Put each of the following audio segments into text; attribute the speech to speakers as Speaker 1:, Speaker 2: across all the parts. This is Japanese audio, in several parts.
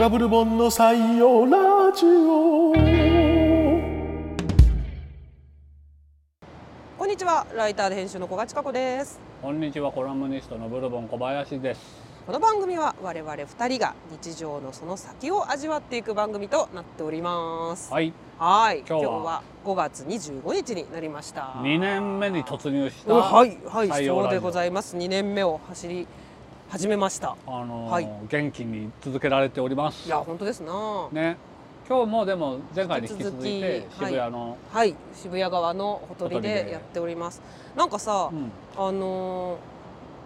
Speaker 1: ダブルボンの採用ラジオ
Speaker 2: こんにちは、ライターで編集の小賀千佳子です。
Speaker 3: こんにちはコラムニストのブルボン小林です。
Speaker 2: この番組は我々二人が日常のその先を味わっていく番組となっております。
Speaker 3: はい、
Speaker 2: はい、今
Speaker 3: 今
Speaker 2: 日
Speaker 3: 日は
Speaker 2: は5月25日になりました。
Speaker 3: 2年目に突入した。
Speaker 2: うんはい、はい、
Speaker 3: 採用
Speaker 2: そう
Speaker 3: ラジ
Speaker 2: で
Speaker 3: オ
Speaker 2: ございます。2年目を走り始めました。
Speaker 3: あのー
Speaker 2: はい
Speaker 3: 元気に続けられております。
Speaker 2: いや、本当ですな。
Speaker 3: ね、今日もでも前回に引き続いて
Speaker 2: 引き続き
Speaker 3: 渋谷の、
Speaker 2: はい、渋谷側のほとり
Speaker 3: ほとり
Speaker 2: で
Speaker 3: で
Speaker 2: やっております。なんかさ、
Speaker 3: うん
Speaker 2: あのー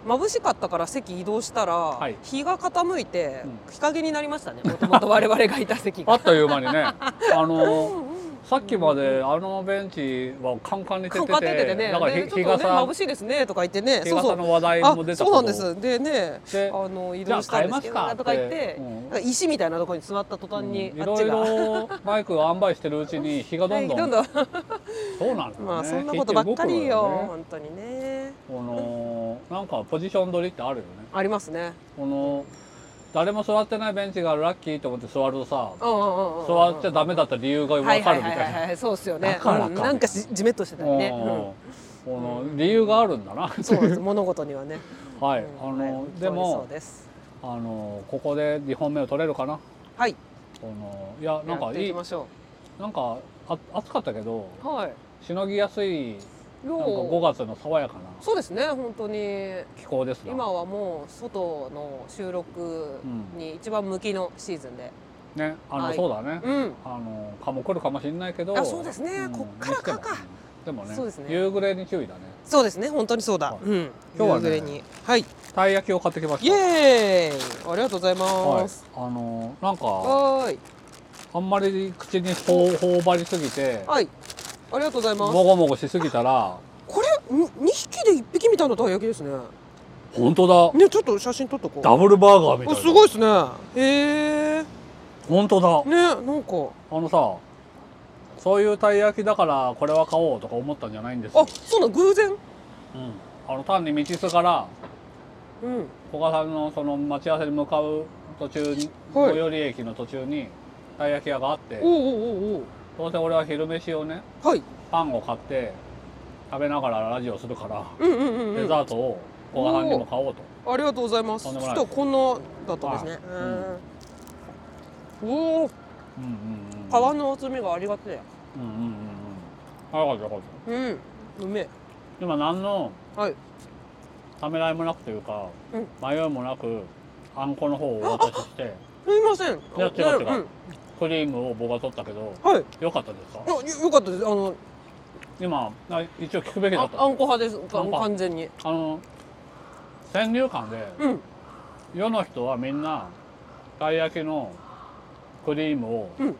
Speaker 2: 眩しかったから席移動したら、
Speaker 3: い
Speaker 2: 日が傾いて、
Speaker 3: う
Speaker 2: 日陰になりましたねもともと我々がいた席
Speaker 3: あ
Speaker 2: が
Speaker 3: っという間に ね、あのーさっきまであのベンチはカンカンに照
Speaker 2: か
Speaker 3: って、
Speaker 2: かってててね
Speaker 3: だから
Speaker 2: で
Speaker 3: 日
Speaker 2: ち
Speaker 3: 日
Speaker 2: ょっとね
Speaker 3: 傘
Speaker 2: 眩しいですねとか言ってね
Speaker 3: 日
Speaker 2: そうそ
Speaker 3: 傘
Speaker 2: う
Speaker 3: の話題も出
Speaker 2: あそ
Speaker 3: た
Speaker 2: う
Speaker 3: こ
Speaker 2: なん
Speaker 3: と
Speaker 2: ですでね
Speaker 3: で
Speaker 2: あの移動したんですけど
Speaker 3: じゃあ変えますか
Speaker 2: とか言って、
Speaker 3: うん
Speaker 2: なんか石みたいなところに座った途端に、
Speaker 3: うんい
Speaker 2: あっ
Speaker 3: ろ
Speaker 2: ち
Speaker 3: い
Speaker 2: が。
Speaker 3: ろマイクを塩梅してるうちに日がど
Speaker 2: は
Speaker 3: ん
Speaker 2: い
Speaker 3: どん
Speaker 2: どんどん、
Speaker 3: そうなんですね。
Speaker 2: まあそんなことばっかりよ、
Speaker 3: 日って動くのね
Speaker 2: 本当にね
Speaker 3: このなんかポジション取りってあるよね
Speaker 2: ありますね
Speaker 3: この誰も座ってないベンチがラッキーと思って座るとさ
Speaker 2: うんうんうんうん
Speaker 3: 座っちゃダメだった理由が分
Speaker 2: は
Speaker 3: かる
Speaker 2: いはい
Speaker 3: みたい
Speaker 2: はい
Speaker 3: な
Speaker 2: はいそうですよね
Speaker 3: だからか
Speaker 2: うんなんかしじめっとしてたりね、うん
Speaker 3: うんこの理由があるんだな
Speaker 2: そうです物事にはね。
Speaker 3: はい
Speaker 2: うん
Speaker 3: あ
Speaker 2: はい
Speaker 3: ので
Speaker 2: そう
Speaker 3: も
Speaker 2: です。
Speaker 3: あのここで2本目を取れるかな
Speaker 2: はい。
Speaker 3: このいやなん
Speaker 2: やっ
Speaker 3: か
Speaker 2: てい
Speaker 3: い
Speaker 2: き
Speaker 3: い
Speaker 2: ましょ
Speaker 3: なんかあ暑かったけど
Speaker 2: う。はい。
Speaker 3: しのぎやすい
Speaker 2: よ
Speaker 3: な
Speaker 2: うん
Speaker 3: か5月の爽やかな
Speaker 2: そうですね本当に
Speaker 3: 気候ですが
Speaker 2: 今はもう外の収録に一番向きのシーズンで。
Speaker 3: ねあの、
Speaker 2: はい
Speaker 3: そうだね
Speaker 2: うん。
Speaker 3: あの蚊も来るかもしれないけど
Speaker 2: あそうですねこっから蚊か
Speaker 3: にしてもでもね
Speaker 2: そうですね
Speaker 3: 夕暮れに注意だね
Speaker 2: そうですね本当にそうだ
Speaker 3: は。い
Speaker 2: うん。
Speaker 3: 今日はね
Speaker 2: 夕暮れにはい。
Speaker 3: たい焼きを買ってきました
Speaker 2: イエーイ。ありがとうござい
Speaker 3: はい
Speaker 2: ます。
Speaker 3: あのなんか
Speaker 2: はーい。
Speaker 3: あんまり口にほう頬張りすぎて
Speaker 2: はい。ありがとうございま
Speaker 3: も
Speaker 2: す。
Speaker 3: ごもごしすぎたら
Speaker 2: これに二匹で一匹みたいなたい焼きですね。
Speaker 3: 本当
Speaker 2: ねちょっと写真撮っとこ
Speaker 3: だダ
Speaker 2: う。
Speaker 3: ブルバーガーみたい
Speaker 2: あ
Speaker 3: な
Speaker 2: すごいですね。へえ。
Speaker 3: 本当だ
Speaker 2: ねなんか。
Speaker 3: あのさそういうたい焼きだからこれは買おうとか思ったんじゃないんです
Speaker 2: あ
Speaker 3: よ、
Speaker 2: そうなの偶然。
Speaker 3: うん、あの単に道すがら
Speaker 2: うん。
Speaker 3: 古賀さんのその待ち合わせに向かう途中に、
Speaker 2: はい
Speaker 3: 最寄り駅の途中にたい焼き屋があって
Speaker 2: おうおうおうお
Speaker 3: どうせ俺は昼飯をね
Speaker 2: う。はい。
Speaker 3: パンを買って食べながらラジオするから、
Speaker 2: うんうんうん、う
Speaker 3: デ
Speaker 2: ん。あ
Speaker 3: ザートをご飯にも買おうと
Speaker 2: りがとうございます。ち
Speaker 3: とん
Speaker 2: ょ
Speaker 3: でもな
Speaker 2: っ
Speaker 3: い
Speaker 2: とこんなだったんですね。うん。おお、皮
Speaker 3: うんうんうん
Speaker 2: の厚みがありがて
Speaker 3: うんうんうんうんあよかったよかっ
Speaker 2: え。うん。うめえ。
Speaker 3: た今何の
Speaker 2: はい。
Speaker 3: ためらいもなくというか、
Speaker 2: うん
Speaker 3: 迷いもなくあんこの方をお渡しして
Speaker 2: すみません。
Speaker 3: いや違う違う
Speaker 2: うん。
Speaker 3: クリームを僕が取ったけど
Speaker 2: はい。
Speaker 3: よかったですか
Speaker 2: あよよかったです。あの、
Speaker 3: 今あ一応聞くべきだ
Speaker 2: あ
Speaker 3: っ
Speaker 2: あ
Speaker 3: た
Speaker 2: んこ派です。
Speaker 3: あんこ
Speaker 2: 完全に。
Speaker 3: あの先入観で
Speaker 2: うん。
Speaker 3: 世の人はみんなたい焼きのクリームを
Speaker 2: うん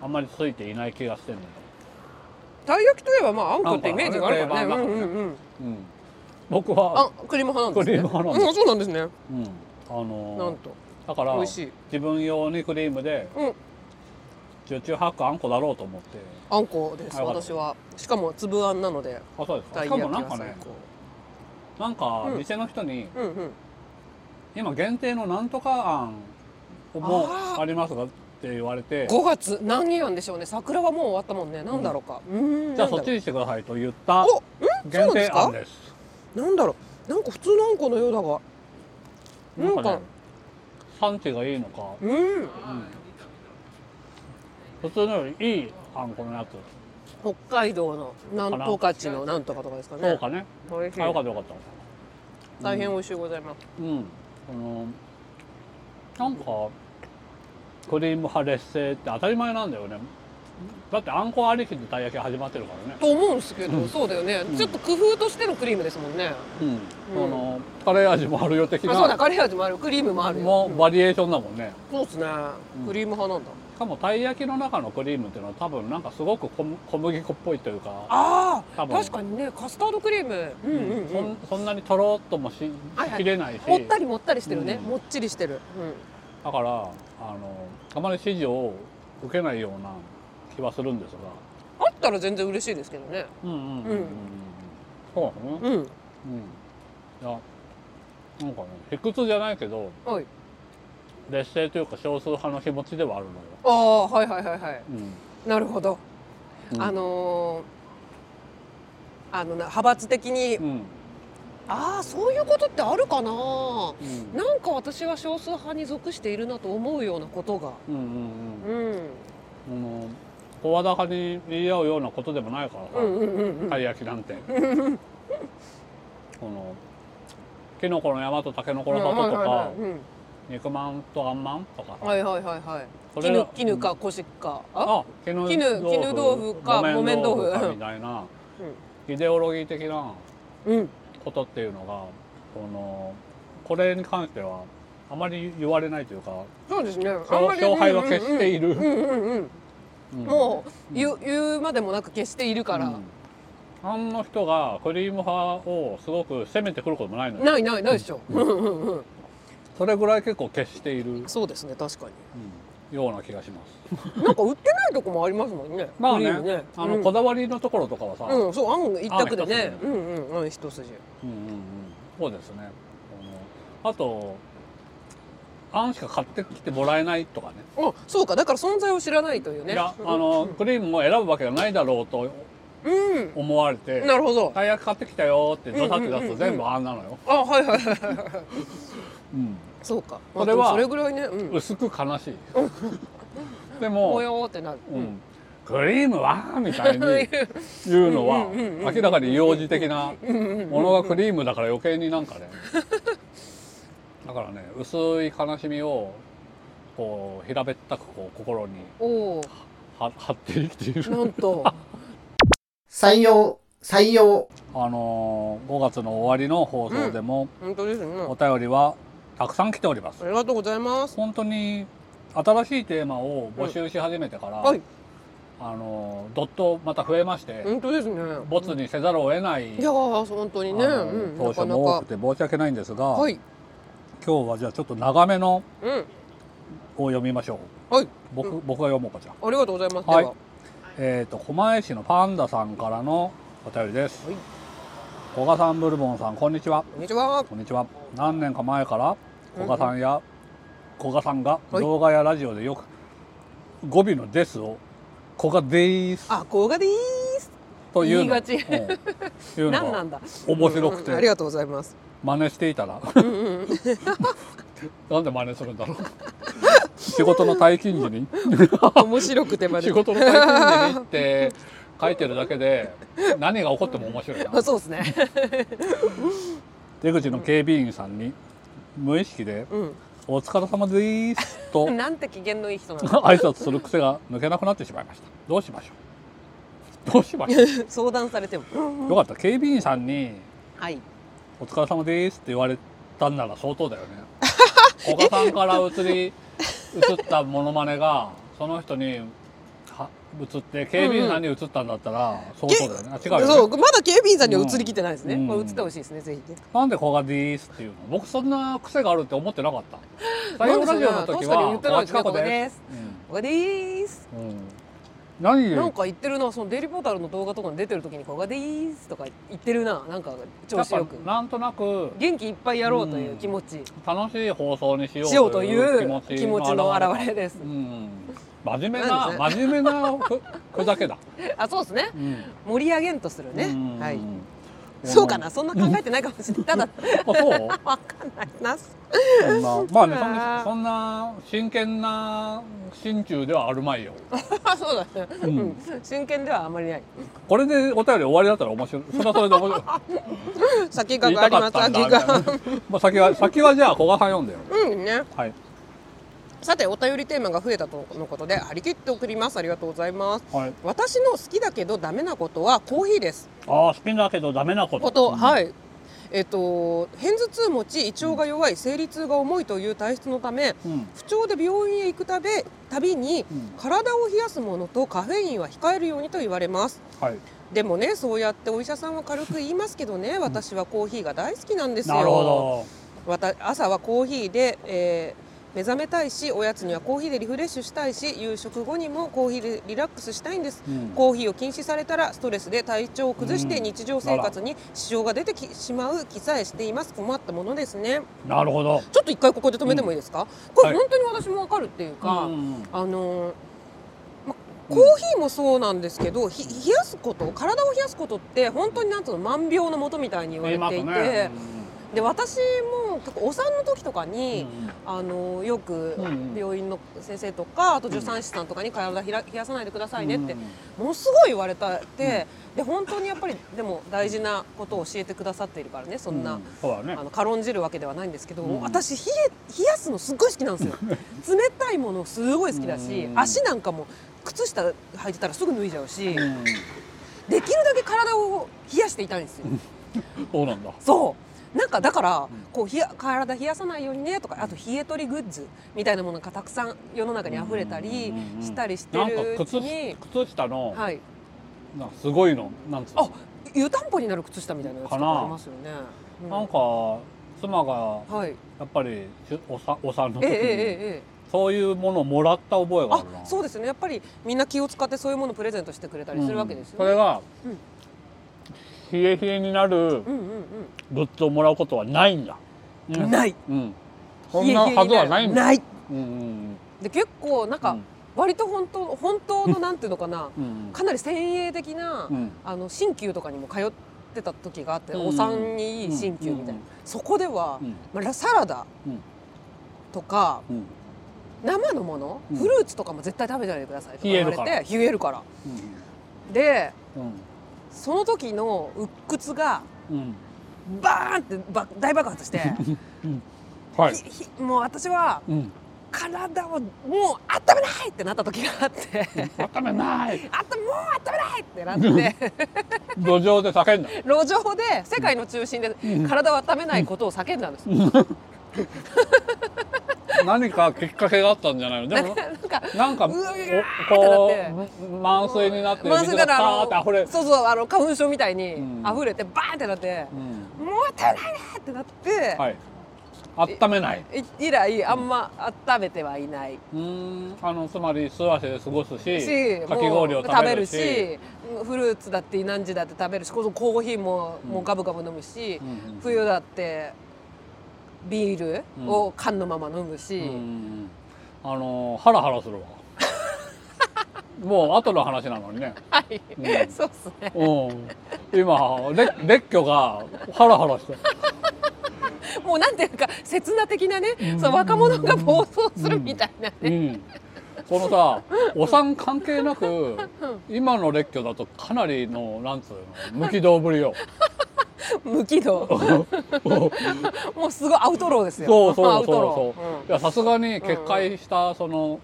Speaker 3: あんまりついていない気がしてるのよ
Speaker 2: たい焼きといえば、まあ、あんこってイメージがあるからね。
Speaker 3: あんこあ
Speaker 2: うん
Speaker 3: んこ
Speaker 2: うんうん。
Speaker 3: うん僕
Speaker 2: あ
Speaker 3: は、
Speaker 2: クリーム派なんですね。
Speaker 3: クリーム派なん
Speaker 2: う
Speaker 3: だ
Speaker 2: ん、そうなんですね。
Speaker 3: うん、あ
Speaker 2: な
Speaker 3: の
Speaker 2: んと。
Speaker 3: だから
Speaker 2: 美味しい。
Speaker 3: 自分用にクリームで
Speaker 2: うん。
Speaker 3: 十中八九あんこだろうと思って
Speaker 2: あんこです。
Speaker 3: あよかった
Speaker 2: 私は。しかも粒あんなので。
Speaker 3: あそうですか
Speaker 2: たい
Speaker 3: しか
Speaker 2: 焼
Speaker 3: も
Speaker 2: き
Speaker 3: な
Speaker 2: は
Speaker 3: んか
Speaker 2: 最
Speaker 3: ね
Speaker 2: 高。
Speaker 3: なんか
Speaker 2: うん
Speaker 3: 店の人に、
Speaker 2: うんうん。
Speaker 3: 今限定のなんとかあんも
Speaker 2: あー
Speaker 3: ありますかって言われて
Speaker 2: 5月何やんでしょうね桜はもう終わったもんねなんだろうかうーん
Speaker 3: じゃあ
Speaker 2: なんだろ
Speaker 3: そ
Speaker 2: う
Speaker 3: っちにしてくださいと言った
Speaker 2: おそ
Speaker 3: 限
Speaker 2: うなんで
Speaker 3: 定
Speaker 2: すか
Speaker 3: あんです
Speaker 2: なんだろうなんか普通のあんこのようだが
Speaker 3: なん
Speaker 2: なん
Speaker 3: か
Speaker 2: か
Speaker 3: ね産地がいいのか
Speaker 2: うん
Speaker 3: 普通のよりいいあんこのやつ
Speaker 2: 北海道のなんとかちのなんとかとかですかね
Speaker 3: そうかね
Speaker 2: 美味しい
Speaker 3: あよかったよかった
Speaker 2: 大変美味しいございます
Speaker 3: うんこのなんかクリーム派劣勢って当たり前なんだよねだってあんこありきでたい焼き始まってるからね
Speaker 2: と思うんですけどそうだよねちょっと工夫としてのクリームですもんね
Speaker 3: うん、このカレー味もあるよ的
Speaker 2: あそうだ
Speaker 3: な
Speaker 2: カレー味もあるクリームもあるよ
Speaker 3: もうバリエーションだもんね、
Speaker 2: そうですね
Speaker 3: うん
Speaker 2: クリーム派なんだ
Speaker 3: しかもたい焼きの中のクリームっていうのは多分なんかすごく小小麦粉っぽいというか
Speaker 2: ああ
Speaker 3: 多分
Speaker 2: 確かにねカスタードクリームうんうん
Speaker 3: そ
Speaker 2: うん
Speaker 3: んそんなにとろっともし
Speaker 2: はいはい
Speaker 3: きれないし、
Speaker 2: もったりもったりしてるね
Speaker 3: うん
Speaker 2: もっちりしてるうん
Speaker 3: だからあのあまり指示を受けないような気はするんです
Speaker 2: あったら全然嬉しいですけどね
Speaker 3: がうんうんうん
Speaker 2: うん
Speaker 3: そうなのね
Speaker 2: うん
Speaker 3: うんいやなんかね卑屈じゃないけど
Speaker 2: はい
Speaker 3: 劣勢というか少数派の気持ちではあるのよ。
Speaker 2: ああはいはいはいはい
Speaker 3: うん
Speaker 2: なるほど、
Speaker 3: うん
Speaker 2: あのーあのな派閥的に、
Speaker 3: うん
Speaker 2: ああそういうことってあるかな
Speaker 3: うん
Speaker 2: なんか私は少数派に属しているなと思うようなことが
Speaker 3: うんうん
Speaker 2: うん
Speaker 3: うんもう声高に言い合うようなことでもないからさ、
Speaker 2: うんうんうんうん
Speaker 3: たい焼 きなんて。このキノコの山とタケノコの里とか
Speaker 2: はいはいはいうん
Speaker 3: 肉まんとあんまんとかさ
Speaker 2: はいはいはいはい
Speaker 3: そ
Speaker 2: 絹
Speaker 3: れは
Speaker 2: 絹かこしかあ
Speaker 3: あ絹
Speaker 2: 絹絹豆腐か木綿豆腐
Speaker 3: か
Speaker 2: うん
Speaker 3: みたいな、イデオロギー的な
Speaker 2: うん
Speaker 3: ことっていうのがこのこれに関してはあまり言われないというか
Speaker 2: そうですねあん
Speaker 3: 勝
Speaker 2: まり
Speaker 3: 勝敗は決している、
Speaker 2: うんうんうんうん
Speaker 3: うん
Speaker 2: もう言う言うまでもなく決しているから、
Speaker 3: うんあの人がクリーム派をすごく攻めてくることもないのよ
Speaker 2: ないないないでしょ、うんうんうん、
Speaker 3: それぐらい結構決している、うん
Speaker 2: そうですね確かに
Speaker 3: ような気がします
Speaker 2: なんか売ってないとこもありますもんね
Speaker 3: まあね
Speaker 2: クリーム
Speaker 3: あの
Speaker 2: うん
Speaker 3: こだわりのところとかはさ、
Speaker 2: うん、そう、あん一択で
Speaker 3: あん
Speaker 2: ねう
Speaker 3: 一。択
Speaker 2: んうんうん、一筋。
Speaker 3: うんうんうん、そうですねあのあとあんしか買ってきてもらえないとかね
Speaker 2: あ、そうか、だから存在を知らないというね。
Speaker 3: いやあのクリームを選ぶわけがないだろうと
Speaker 2: うん。
Speaker 3: 思われて
Speaker 2: なるほど。
Speaker 3: たい焼き買ってきたよってドサって
Speaker 2: うんうんうん
Speaker 3: 出
Speaker 2: う
Speaker 3: すと
Speaker 2: ん
Speaker 3: 全部あんなのよ、
Speaker 2: あ、はいはいはいはい。
Speaker 3: うん
Speaker 2: そうか。
Speaker 3: それは
Speaker 2: まあでもそれぐらいね、うん。
Speaker 3: 薄く悲しいで
Speaker 2: お
Speaker 3: も、
Speaker 2: よーってなる。
Speaker 3: う。ん、クリームはみたいに言うのは
Speaker 2: うんうんうんうん
Speaker 3: 明らかに幼児的な
Speaker 2: うんうんうん。
Speaker 3: ものがクリームだから余計になんかねだからね薄い悲しみをこう平べったくこう心に
Speaker 2: おお。
Speaker 3: は張って生きている
Speaker 2: なんと。
Speaker 4: 採用、採用。
Speaker 3: あのー5月の終わりの放送でも
Speaker 2: 本当ですね。
Speaker 3: お便りはたくさん来ております
Speaker 2: ありがとうございます。
Speaker 3: 本当に新しいテーマを募集し始めてから、
Speaker 2: はい。
Speaker 3: あのどっとまた増えまして、
Speaker 2: 本当ですね。
Speaker 3: ボツにせざるを得ない、
Speaker 2: いやー、本当にね。
Speaker 3: あ
Speaker 2: う
Speaker 3: の
Speaker 2: ん。
Speaker 3: 当
Speaker 2: なか
Speaker 3: 初
Speaker 2: な
Speaker 3: も多
Speaker 2: か
Speaker 3: く。て申し訳ないんですが、
Speaker 2: はい。
Speaker 3: 今日はじゃあちょっと長めの
Speaker 2: うん。
Speaker 3: を読みましょう
Speaker 2: はい。
Speaker 3: 僕,、僕が読もうかじゃあ、
Speaker 2: ありがとうございます。で
Speaker 3: はい
Speaker 2: は。
Speaker 3: えー、と狛江市のパンダさんからのお便りです、
Speaker 2: はい
Speaker 3: 古賀さんブルボンさんこんにちは
Speaker 2: こんにちは。
Speaker 3: こんにちは何年か前から古賀さんや古賀さんが
Speaker 2: はい
Speaker 3: 動画やラジオでよく語尾の「です」を「古賀でーす
Speaker 2: あ、こうがでーす。」
Speaker 3: とい
Speaker 2: 言
Speaker 3: うの
Speaker 2: いがち
Speaker 3: うんいう
Speaker 2: なん
Speaker 3: の
Speaker 2: な
Speaker 3: が
Speaker 2: んだ。
Speaker 3: 面白く
Speaker 2: うんあり
Speaker 3: て
Speaker 2: がとうございます。
Speaker 3: 真似していたら
Speaker 2: うんうんうん。
Speaker 3: なんで真似するんだろう仕事の退勤時に
Speaker 2: 面白くてまで
Speaker 3: 仕事の退勤時にって書いてるだけで何が起こっても面白いな
Speaker 2: あそうですね。
Speaker 3: 出口の警備員さんに無意識で
Speaker 2: う
Speaker 3: 「お疲れ様でーす」と
Speaker 2: ん。なんて機嫌のいい人な の。
Speaker 3: 挨拶する癖が抜けなくなってしまいましたどうしましょうどうしましょう
Speaker 2: 相談されても。
Speaker 3: よかった警備員さんに
Speaker 2: はい。
Speaker 3: 「お疲れ様です」って言われたんなら相 当だよね古賀さんから移り移ったモノマネがその人には移って警備員さんに移ったんだったら相当だよね、あ違う
Speaker 2: そ
Speaker 3: よ
Speaker 2: う
Speaker 3: ね
Speaker 2: まだ警備員さんには移りきてないですね。
Speaker 3: うん
Speaker 2: まあ移ってほしいですねぜひね。
Speaker 3: なんで古賀ですっていうの僕そんな癖があるって思ってな かった
Speaker 2: な
Speaker 3: 採
Speaker 2: ん
Speaker 3: 用
Speaker 2: でそ
Speaker 3: ラ
Speaker 2: ん
Speaker 3: ジ
Speaker 2: な
Speaker 3: オの時
Speaker 2: 確かに言
Speaker 3: は
Speaker 2: ってないですね
Speaker 3: 古賀
Speaker 2: 古賀
Speaker 3: で
Speaker 2: ですす、ここでーす。
Speaker 3: うんうん、何で
Speaker 2: なんか言ってるなそのデイリーポータルの動画とかに出てる時にここでーすとか言ってるななんか調子よく
Speaker 3: やっぱなんとなく
Speaker 2: 元気いっぱいやろうという気持ち
Speaker 3: 楽しい放送にしよう
Speaker 2: しようという
Speaker 3: という
Speaker 2: 気持ちの表れ
Speaker 3: で
Speaker 2: です
Speaker 3: う。ん、真面目な
Speaker 2: な
Speaker 3: 真面目なふふざけだ、
Speaker 2: あそうですね
Speaker 3: うん
Speaker 2: 盛り上げんとするね
Speaker 3: うん
Speaker 2: はい。そうかなそんな考えてないかもしれないただ
Speaker 3: あそう
Speaker 2: わかんないな。
Speaker 3: そんな まあねそん
Speaker 2: あー
Speaker 3: なそんな真剣な心中ではあるまいよ
Speaker 2: あそうだね、うん真剣ではあまりない
Speaker 3: これでお便り終わりだったら面白いそれはそれで面白い
Speaker 2: 先が
Speaker 3: 言
Speaker 2: あ
Speaker 3: いた
Speaker 2: り
Speaker 3: か
Speaker 2: ま
Speaker 3: っ
Speaker 2: す
Speaker 3: たんだ
Speaker 2: 先
Speaker 3: みたいな
Speaker 2: が
Speaker 3: まあ先は先はじゃあ古賀さん読んでよ
Speaker 2: うんね
Speaker 3: はい
Speaker 2: さてお便りテーマが増えたとのことで張り切って送りますありがとうございます
Speaker 3: はい
Speaker 2: 私の好きだけどダメなことはコーヒーです
Speaker 3: ああ好きだけどダメなこと
Speaker 2: こと、はいえっと偏頭痛持ち胃腸が弱い生理痛が重いという体質のため
Speaker 3: うん
Speaker 2: 不調で病院へ行くたびたびに
Speaker 3: うん
Speaker 2: 体を冷やすものとカフェインは控えるようにと言われます
Speaker 3: はい
Speaker 2: でもねそうやってお医者さんは軽く言いますけどね私はコーヒーが大好きなんですよ
Speaker 3: なるほ
Speaker 2: わた朝はコーヒーで、えー目覚めたいしおやつにはコーヒーでリフレッシュしたいし夕食後にもコーヒーでリラックスしたいんです、
Speaker 3: うん
Speaker 2: コーヒーを禁止されたらストレスで体調を崩して
Speaker 3: うん
Speaker 2: 日常生活に支障が出てきしまう気さえしています困ったものですね
Speaker 3: なるほど。
Speaker 2: ちょっと一回ここで止めてもいいですか、こ
Speaker 3: は
Speaker 2: れ
Speaker 3: い
Speaker 2: 本当に私もわかるっていうか、
Speaker 3: うん
Speaker 2: あのーまコーヒーもそうなんですけど、ひ冷やすこと体を冷やすことって本当になんつうの万病のもとみたいに言わ
Speaker 3: 言い
Speaker 2: れ
Speaker 3: ます
Speaker 2: ていて、
Speaker 3: ね。
Speaker 2: で私も結構お産の時とか
Speaker 3: うん
Speaker 2: に、あのよく
Speaker 3: うんうん
Speaker 2: 病院の先生とかあと助産師さんとかに体ひら冷やさないでくださいねって
Speaker 3: う
Speaker 2: も
Speaker 3: ん
Speaker 2: のすごい言われたってで本当にやっぱりでも大事なことを教えてくださっているからねそんな。
Speaker 3: うそうだね
Speaker 2: あ。の軽んじるわけではないんですけど、
Speaker 3: うん
Speaker 2: 私冷え冷やすのすっごい好きなんですよ 冷たいものすごい好きだし、
Speaker 3: うん
Speaker 2: 足なんかも靴下履いてたらすぐ脱いじゃうし、
Speaker 3: う
Speaker 2: で
Speaker 3: ん
Speaker 2: きるだけ体を冷やしていたいんですよ、
Speaker 3: そうなんだ。
Speaker 2: そうなんかだから、こう冷や体冷やさないようにねとかあと冷え取りグッズみたいなものがたくさん世の中に溢れたり
Speaker 3: うんうんうん
Speaker 2: したりして
Speaker 3: なんか
Speaker 2: るうち
Speaker 3: 靴
Speaker 2: に、
Speaker 3: 靴下の
Speaker 2: はい、
Speaker 3: なんかすごいのなんつう
Speaker 2: あ
Speaker 3: の。
Speaker 2: 湯たんぽになる靴下みたいなやつと
Speaker 3: かな
Speaker 2: かありますよね。うん
Speaker 3: なんか妻が
Speaker 2: はい、
Speaker 3: やっぱりしおさお産の
Speaker 2: ええ
Speaker 3: 時
Speaker 2: ええ
Speaker 3: に
Speaker 2: ええ
Speaker 3: そういうものをもらった覚えがあ
Speaker 2: あ
Speaker 3: るな。
Speaker 2: そうですねやっぱりみんな気を使ってそういうものをプレゼントしてくれたりするわけです
Speaker 3: うん
Speaker 2: よ
Speaker 3: それ
Speaker 2: ね。
Speaker 3: が
Speaker 2: うん
Speaker 3: 冷え冷えになる
Speaker 2: うんうん
Speaker 3: グッズをもらうことはないんだ。う
Speaker 2: うんん、ない
Speaker 3: うん。そんなはずはないんだ。
Speaker 2: ない
Speaker 3: うんうん
Speaker 2: で結構なん
Speaker 3: う
Speaker 2: か
Speaker 3: ん
Speaker 2: 割と本当本当のなんていうのかな
Speaker 3: うんうん
Speaker 2: かなり先鋭的な
Speaker 3: うん
Speaker 2: あの鍼灸とかにも通ってた時があって
Speaker 3: うん
Speaker 2: お産にいい鍼灸みたい
Speaker 3: うん
Speaker 2: なそこでは
Speaker 3: うん
Speaker 2: まあサラダ
Speaker 3: うん
Speaker 2: とか
Speaker 3: うん
Speaker 2: 生のもの
Speaker 3: うん
Speaker 2: フルーツとかも絶対食べないでくださいとか言われ
Speaker 3: 冷え
Speaker 2: て冷えるから。
Speaker 3: う
Speaker 2: で
Speaker 3: ん
Speaker 2: その時の鬱屈が
Speaker 3: うんうん
Speaker 2: バーンってば大爆発して。
Speaker 3: はい
Speaker 2: ひひもう私は
Speaker 3: うん
Speaker 2: 体をもう温めないってなった時があって
Speaker 3: 温めない
Speaker 2: あともう温めないっ てなって
Speaker 3: 路上で叫んだ
Speaker 2: 路上で世界の中心で体を温めないことを叫んだんです
Speaker 3: 何かきっかけがあったんじゃないのでも
Speaker 2: なんか
Speaker 3: なんか
Speaker 2: うわ
Speaker 3: おこ
Speaker 2: ってな
Speaker 3: う満水になって
Speaker 2: 満水
Speaker 3: 水が
Speaker 2: から
Speaker 3: パー
Speaker 2: あ
Speaker 3: って
Speaker 2: の
Speaker 3: 溢れ
Speaker 2: そうそうあの花粉症みたいに
Speaker 3: うん
Speaker 2: 溢れてバーンってなって
Speaker 3: う、ん
Speaker 2: もう温めないねってなって、
Speaker 3: はい温めない
Speaker 2: い以来あんま温めてはいない、
Speaker 3: うーんあのつまり素足で過ごすし
Speaker 2: し
Speaker 3: かき氷を
Speaker 2: もう食
Speaker 3: 食
Speaker 2: べ
Speaker 3: べ
Speaker 2: る
Speaker 3: る
Speaker 2: し
Speaker 3: し
Speaker 2: フルーツだってイナンジだって食べるしこそコーヒーも、もうガブガブ飲むし、
Speaker 3: うんうん
Speaker 2: 冬だってビールを缶のまま飲むし、
Speaker 3: うんあのハラハラする わもう後の話なのにね
Speaker 2: はい、
Speaker 3: うん
Speaker 2: そうっすね
Speaker 3: うん今れ列挙がハラハラして
Speaker 2: もうなんていうか刹那的なね、その若者が暴走するみたいなね、
Speaker 3: うん、このさお産関係なく今の列挙だとかなりのなんつうの無軌道ぶりよ
Speaker 2: 無軌道もうすごいアウトローですよ
Speaker 3: そうそ
Speaker 2: ア
Speaker 3: う
Speaker 2: ウト
Speaker 3: そ
Speaker 2: ロ
Speaker 3: う
Speaker 2: ー
Speaker 3: そういやさすがに決壊したその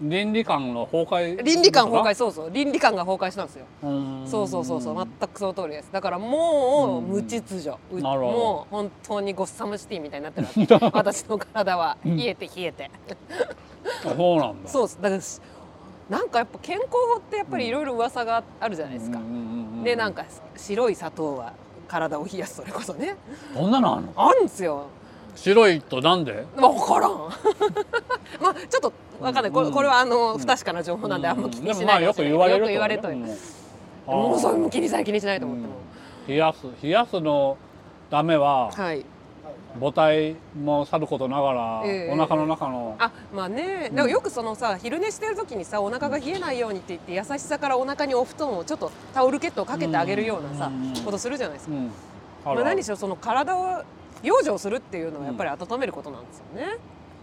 Speaker 3: 倫理観の崩
Speaker 2: うん
Speaker 3: 壊
Speaker 2: 倫理観崩壊そうそう倫理観が崩壊したんですよ
Speaker 3: 壊
Speaker 2: そうそうそうそう全くその通りですだからもう
Speaker 3: うん
Speaker 2: 無秩序う
Speaker 3: なるほど
Speaker 2: もう本当にゴッサムシティみたいになってる わけ私の体は冷えて冷えて
Speaker 3: そうなんだ
Speaker 2: そうですだからしなんかやっぱ健康法ってやっぱりいろいろ噂があるじゃないですか、でなん
Speaker 3: か
Speaker 2: か白い砂糖は体を冷やすそれこそね
Speaker 3: そんなのあんの
Speaker 2: あるんですよ
Speaker 3: 白いとなんで
Speaker 2: 分からん まあちょっとわかんない、これこれはあの不確かな情報なんであんま気にしない
Speaker 3: で
Speaker 2: で
Speaker 3: もまあ
Speaker 2: ほ
Speaker 3: よ
Speaker 2: し
Speaker 3: く
Speaker 2: い
Speaker 3: 言われる
Speaker 2: よく言われと
Speaker 3: う
Speaker 2: い
Speaker 3: ん
Speaker 2: て
Speaker 3: あー
Speaker 2: もうそれも気にさえ気にしないと思っても、
Speaker 3: 冷やす冷やすのダメは
Speaker 2: はい
Speaker 3: 母体もさることながら、
Speaker 2: ええ
Speaker 3: お腹の中の
Speaker 2: あまあねなんかよくそのさ昼寝してる時にさお腹が冷えないようにって言って優しさからお腹にお布団をちょっとタオルケットをかけてあげるようなさ
Speaker 3: うん
Speaker 2: ことするじゃないですか
Speaker 3: うん
Speaker 2: ま
Speaker 3: ある
Speaker 2: あ、
Speaker 3: ある
Speaker 2: 何しろその体を養生するっていうのはやっぱり温めることなんですよね、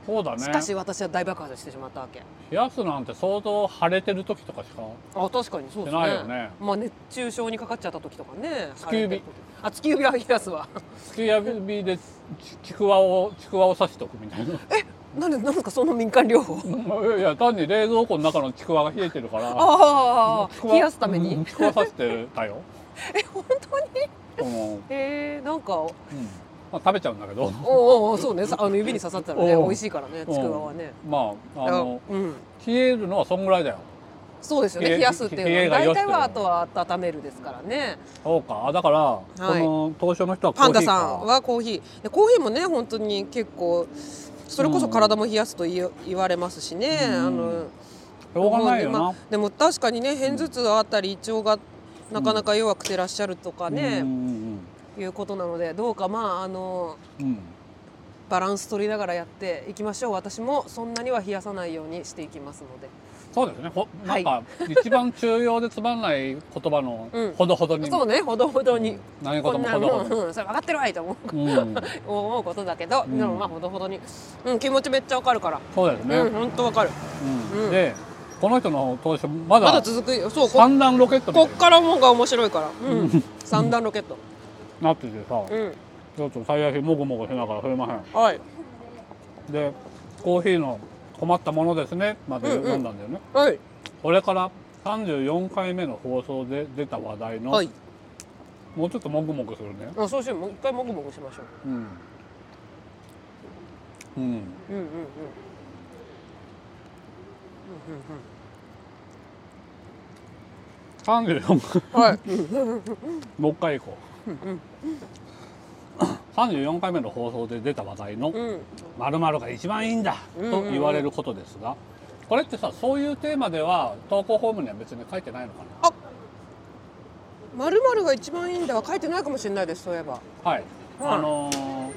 Speaker 3: そうだね
Speaker 2: しかし私は大爆発してしまったわけ
Speaker 3: 冷やすなんて相当腫れてる時とかしか
Speaker 2: あ確かにそうですね
Speaker 3: してないよね
Speaker 2: まあ、熱中症にかかっちゃった時とかね
Speaker 3: 突き
Speaker 2: 腫
Speaker 3: 指
Speaker 2: れてる時あ月指は冷やすわ
Speaker 3: 月指でちちくわをちくわを刺しておくみたいな
Speaker 2: なんでなんですかその民間療法
Speaker 3: うん いや単に冷蔵庫の中のちくわが冷えてるか
Speaker 2: あ
Speaker 3: らち
Speaker 2: あ
Speaker 3: くわ
Speaker 2: 冷やすために、
Speaker 3: うんちくわ刺してたよ
Speaker 2: え本当に
Speaker 3: その、
Speaker 2: えー、なんかお
Speaker 3: うんまあ、食べちゃうんだけど
Speaker 2: うおうそうねさあの指に刺さったらね
Speaker 3: おう
Speaker 2: 美味しいからねちくわはね
Speaker 3: まああの
Speaker 2: うん
Speaker 3: 冷えるのはそんぐらいだよ
Speaker 2: そうですよね
Speaker 3: 冷え
Speaker 2: 冷やすって
Speaker 3: 冷
Speaker 2: い
Speaker 3: え
Speaker 2: うの
Speaker 3: が
Speaker 2: は
Speaker 3: 良
Speaker 2: 大
Speaker 3: しと
Speaker 2: 体
Speaker 3: いう
Speaker 2: はあとは温めるですからね
Speaker 3: そうかあだから、
Speaker 2: い
Speaker 3: この当初の人はコー
Speaker 2: パン
Speaker 3: ヒーか
Speaker 2: ダさんはコーヒーでコーヒーもね本当に結構それこそ体も冷やすと言い言われますしね、
Speaker 3: うん
Speaker 2: あの
Speaker 3: しょうがないよな、
Speaker 2: まあでも確かにね片頭痛があったり胃腸がなかなか弱くてらっしゃるとか
Speaker 3: う
Speaker 2: ね、
Speaker 3: ん
Speaker 2: いうことなのでどうかまああの
Speaker 3: うんうん
Speaker 2: バランス取りながらやっていきましょう私もそんなには冷やさないようにしていきますので
Speaker 3: そうですねほな
Speaker 2: は
Speaker 3: ん
Speaker 2: い
Speaker 3: か一番中要でつまんない言葉の
Speaker 2: うん
Speaker 3: ほどほどに、
Speaker 2: そうねほどほどに、
Speaker 3: 何
Speaker 2: こ
Speaker 3: 事
Speaker 2: ん
Speaker 3: も
Speaker 2: な
Speaker 3: ほど
Speaker 2: も
Speaker 3: ほ
Speaker 2: ん、
Speaker 3: ど、
Speaker 2: うん、それ分かってるわいと思う
Speaker 3: うん、
Speaker 2: 思うことだけど、
Speaker 3: ん
Speaker 2: でもまあほどほどに、うん、気持ちめっちゃわかるから、
Speaker 3: そうですね、
Speaker 2: うん本当わかる
Speaker 3: うん
Speaker 2: うん
Speaker 3: でこの人の当初ま
Speaker 2: まだ
Speaker 3: だ
Speaker 2: 続くよそうこ
Speaker 3: 三段ロケットみたい
Speaker 2: こ
Speaker 3: に
Speaker 2: っからもが面白いから、 うん、三段ロケット、
Speaker 3: なっててさ、
Speaker 2: うん、
Speaker 3: ちょっと最悪もごもごしながら増えません
Speaker 2: はい
Speaker 3: でコーヒーの困ったものですねまで
Speaker 2: うんうん
Speaker 3: 読んだんだよね、
Speaker 2: はい
Speaker 3: それから34回目の放送で出た話題の、
Speaker 2: はい
Speaker 3: もうちょっともぐもぐするね
Speaker 2: あそうしようもう一回もぐもぐしましょ
Speaker 3: うん、う
Speaker 2: う
Speaker 3: ん、
Speaker 2: うんうんうんうん
Speaker 3: 34回
Speaker 2: うんはい
Speaker 3: もう一回行こう34回目の放送で出た話題の
Speaker 2: うん
Speaker 3: 「まるが一番いいんだ!」と言われることですがこれってさそういうテーマでは投稿フォームには別に書いてないのか
Speaker 2: まるまるが一番いいんだは書いてないかもしれないですそういえば
Speaker 3: なはい、
Speaker 2: はい
Speaker 3: あのー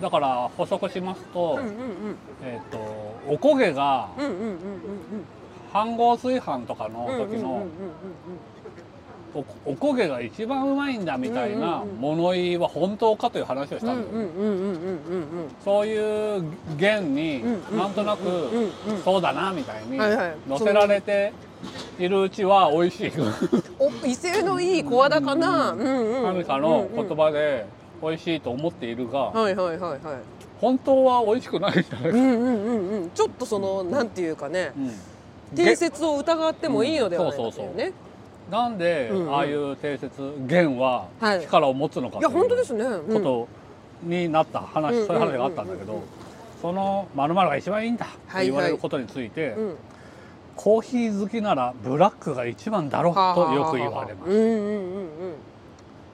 Speaker 3: だから補足しますと,、
Speaker 2: うんうんうん
Speaker 3: えっとおこげが
Speaker 2: うんうんうんうん
Speaker 3: 飯合炊飯とかの
Speaker 2: うんうんうんうんう
Speaker 3: 時
Speaker 2: んうん
Speaker 3: のおおこげが一番うまいんだみたいな
Speaker 2: うんうんうん
Speaker 3: 物言いは本当かという話をし
Speaker 2: う
Speaker 3: たんだよ、
Speaker 2: んうんうんうんうんうん
Speaker 3: そういう現に
Speaker 2: うんうん
Speaker 3: なんとなく
Speaker 2: うんうん
Speaker 3: そうだなみたいに
Speaker 2: はいはい
Speaker 3: 乗せられているうちは美味しい
Speaker 2: お威勢のいい声高な、うんうん、
Speaker 3: 何かの言
Speaker 2: うん
Speaker 3: 葉で美味しいと思っている
Speaker 2: うん
Speaker 3: が
Speaker 2: はいはいはいはい
Speaker 3: 本当は美味しくないんだ
Speaker 2: う
Speaker 3: ね。
Speaker 2: んうんうんうんちょっとそのなんていうかね
Speaker 3: うん
Speaker 2: 定説を疑ってもいいのではないかというね
Speaker 3: なんで
Speaker 2: うんうん
Speaker 3: ああいう定説言は
Speaker 2: はい
Speaker 3: 力を持つのか
Speaker 2: い
Speaker 3: とい
Speaker 2: や
Speaker 3: う
Speaker 2: 本当ですね、う
Speaker 3: こ
Speaker 2: ん、
Speaker 3: とになった話、
Speaker 2: うん
Speaker 3: そういう話があったんだけど、
Speaker 2: うんうんうん
Speaker 3: その「まるが一番いいんだ」って言われることについて、
Speaker 2: うん
Speaker 3: コーヒー好きならブラックが一番だろとよく言われます
Speaker 2: うんうんうんうん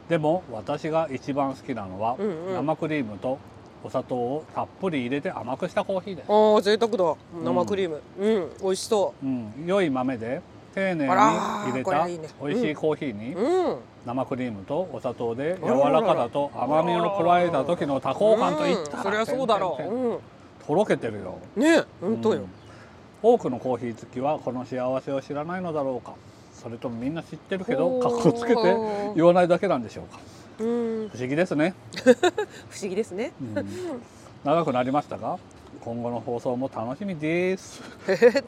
Speaker 3: でも私が一番好きなのは、
Speaker 2: うんうん
Speaker 3: 生クリームとお砂糖をたっぷり入れて甘くしたコーヒーです、
Speaker 2: ああ贅沢だ生クリームうん、美味しそ
Speaker 3: うん、良い豆で丁寧に
Speaker 2: あらー
Speaker 3: 入れ
Speaker 2: これ
Speaker 3: た
Speaker 2: いいね
Speaker 3: 美味しいコーヒーに
Speaker 2: ううん
Speaker 3: 生クリームとお砂糖で
Speaker 2: あ
Speaker 3: 柔
Speaker 2: ららら
Speaker 3: らかさと甘みを加えた時の多幸感といった
Speaker 2: う
Speaker 3: ら
Speaker 2: んそりゃそうだろ
Speaker 3: てんてんてんとろけてるよ
Speaker 2: う、うん、ね本当よ、
Speaker 3: うん多くのコーヒー好きはこの幸せを知らないのだろうかそれともみんな知ってるけど
Speaker 2: おー
Speaker 3: かっこつけて言わないだけなんでしょうか
Speaker 2: うん、
Speaker 3: 不思議ですね、
Speaker 2: 不思議ですね
Speaker 3: うん 長くなりましたが今後の放送も楽しみ です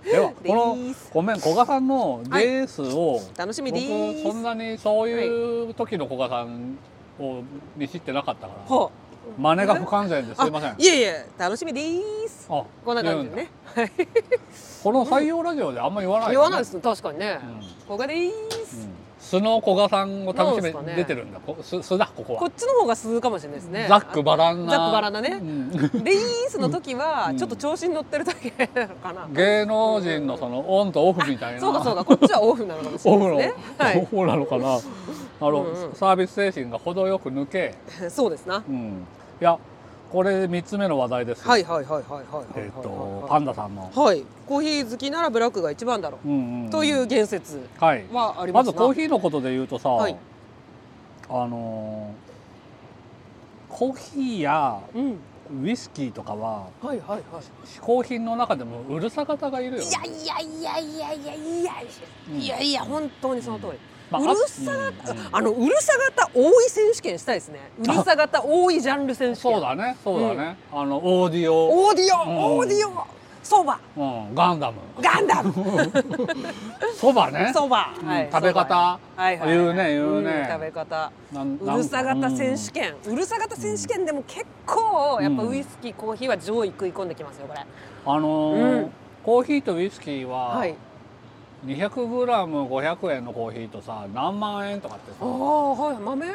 Speaker 3: ではこの
Speaker 2: です
Speaker 3: ごめん古賀さんの「
Speaker 2: はい
Speaker 3: レースを、
Speaker 2: 楽しみで
Speaker 3: 僕
Speaker 2: す
Speaker 3: そんなにそういう時の古賀さんを見知ってなかったから
Speaker 2: ほ
Speaker 3: 真似が不完全ですいません
Speaker 2: ういえいえ楽しみです
Speaker 3: あ
Speaker 2: こんな感じで
Speaker 3: 言うんだ
Speaker 2: ねはい
Speaker 3: この採用ラジオであんま言わない
Speaker 2: 言
Speaker 3: よね
Speaker 2: わないです確かにね、ここでーす、
Speaker 3: うん素の古賀さんを楽しめ、
Speaker 2: なんすかね
Speaker 3: 出てるんだこ素素だここは
Speaker 2: こっちの方が鈴かもしれないですね
Speaker 3: ざっくばらんな
Speaker 2: ざっくばらんなね
Speaker 3: うん
Speaker 2: レイースの時は
Speaker 3: うん
Speaker 2: ちょっと調子に乗ってるだけなのかな、
Speaker 3: 芸能人のそのオンとオフみたいな
Speaker 2: そうかそうかこっちはオフなのかもしれ
Speaker 3: オ
Speaker 2: な
Speaker 3: フ
Speaker 2: い
Speaker 3: の、
Speaker 2: ですねはい
Speaker 3: オフなのかなあの、
Speaker 2: うんうん
Speaker 3: サービス精神が程よく抜け、
Speaker 2: そうですな
Speaker 3: うん、いやこれ三つ目の話題です、
Speaker 2: はいはいはいはいはいはいはいはい
Speaker 3: えっ、と、パンダさんの、
Speaker 2: はいコーヒー好きならブラックが一番だろう、
Speaker 3: うんうん
Speaker 2: という言説
Speaker 3: はい
Speaker 2: はあり
Speaker 3: ま
Speaker 2: ます
Speaker 3: ず
Speaker 2: な
Speaker 3: コーヒーのことで言うとさ、
Speaker 2: はい
Speaker 3: あのーコーヒーや
Speaker 2: うん
Speaker 3: ウイスキーとかは
Speaker 2: はいはいはい
Speaker 3: 嗜好品の中でもうるさ方がいるよね
Speaker 2: いやいやいやいやいやいや
Speaker 3: うん
Speaker 2: いやいや本当にその通り、
Speaker 3: まあ
Speaker 2: うるさ
Speaker 3: あうんうん
Speaker 2: あのうるさ型多い選手権したいですねうるさ型多いジャンル選手権
Speaker 3: そうだねそうだね、あのオーディオ、
Speaker 2: オーディオ、
Speaker 3: うん
Speaker 2: オーディオそば
Speaker 3: うん、ガンダム
Speaker 2: ガンダム
Speaker 3: そばね
Speaker 2: そば、
Speaker 3: うん
Speaker 2: はい
Speaker 3: 食べ方
Speaker 2: そばはいはい
Speaker 3: 言うね言うね
Speaker 2: ん食べ方
Speaker 3: なん
Speaker 2: うるさ
Speaker 3: なん
Speaker 2: 型選手権、うるさ型選手権でも結構やっぱ
Speaker 3: うん
Speaker 2: ウイスキーコーヒーは上位食い込んできますよこれ、
Speaker 3: うんあのー
Speaker 2: うん
Speaker 3: コーヒーとウイスキーは
Speaker 2: はい
Speaker 3: 200g500 円のコーヒーとさ何万円とかって
Speaker 2: あ
Speaker 3: さ
Speaker 2: あはい豆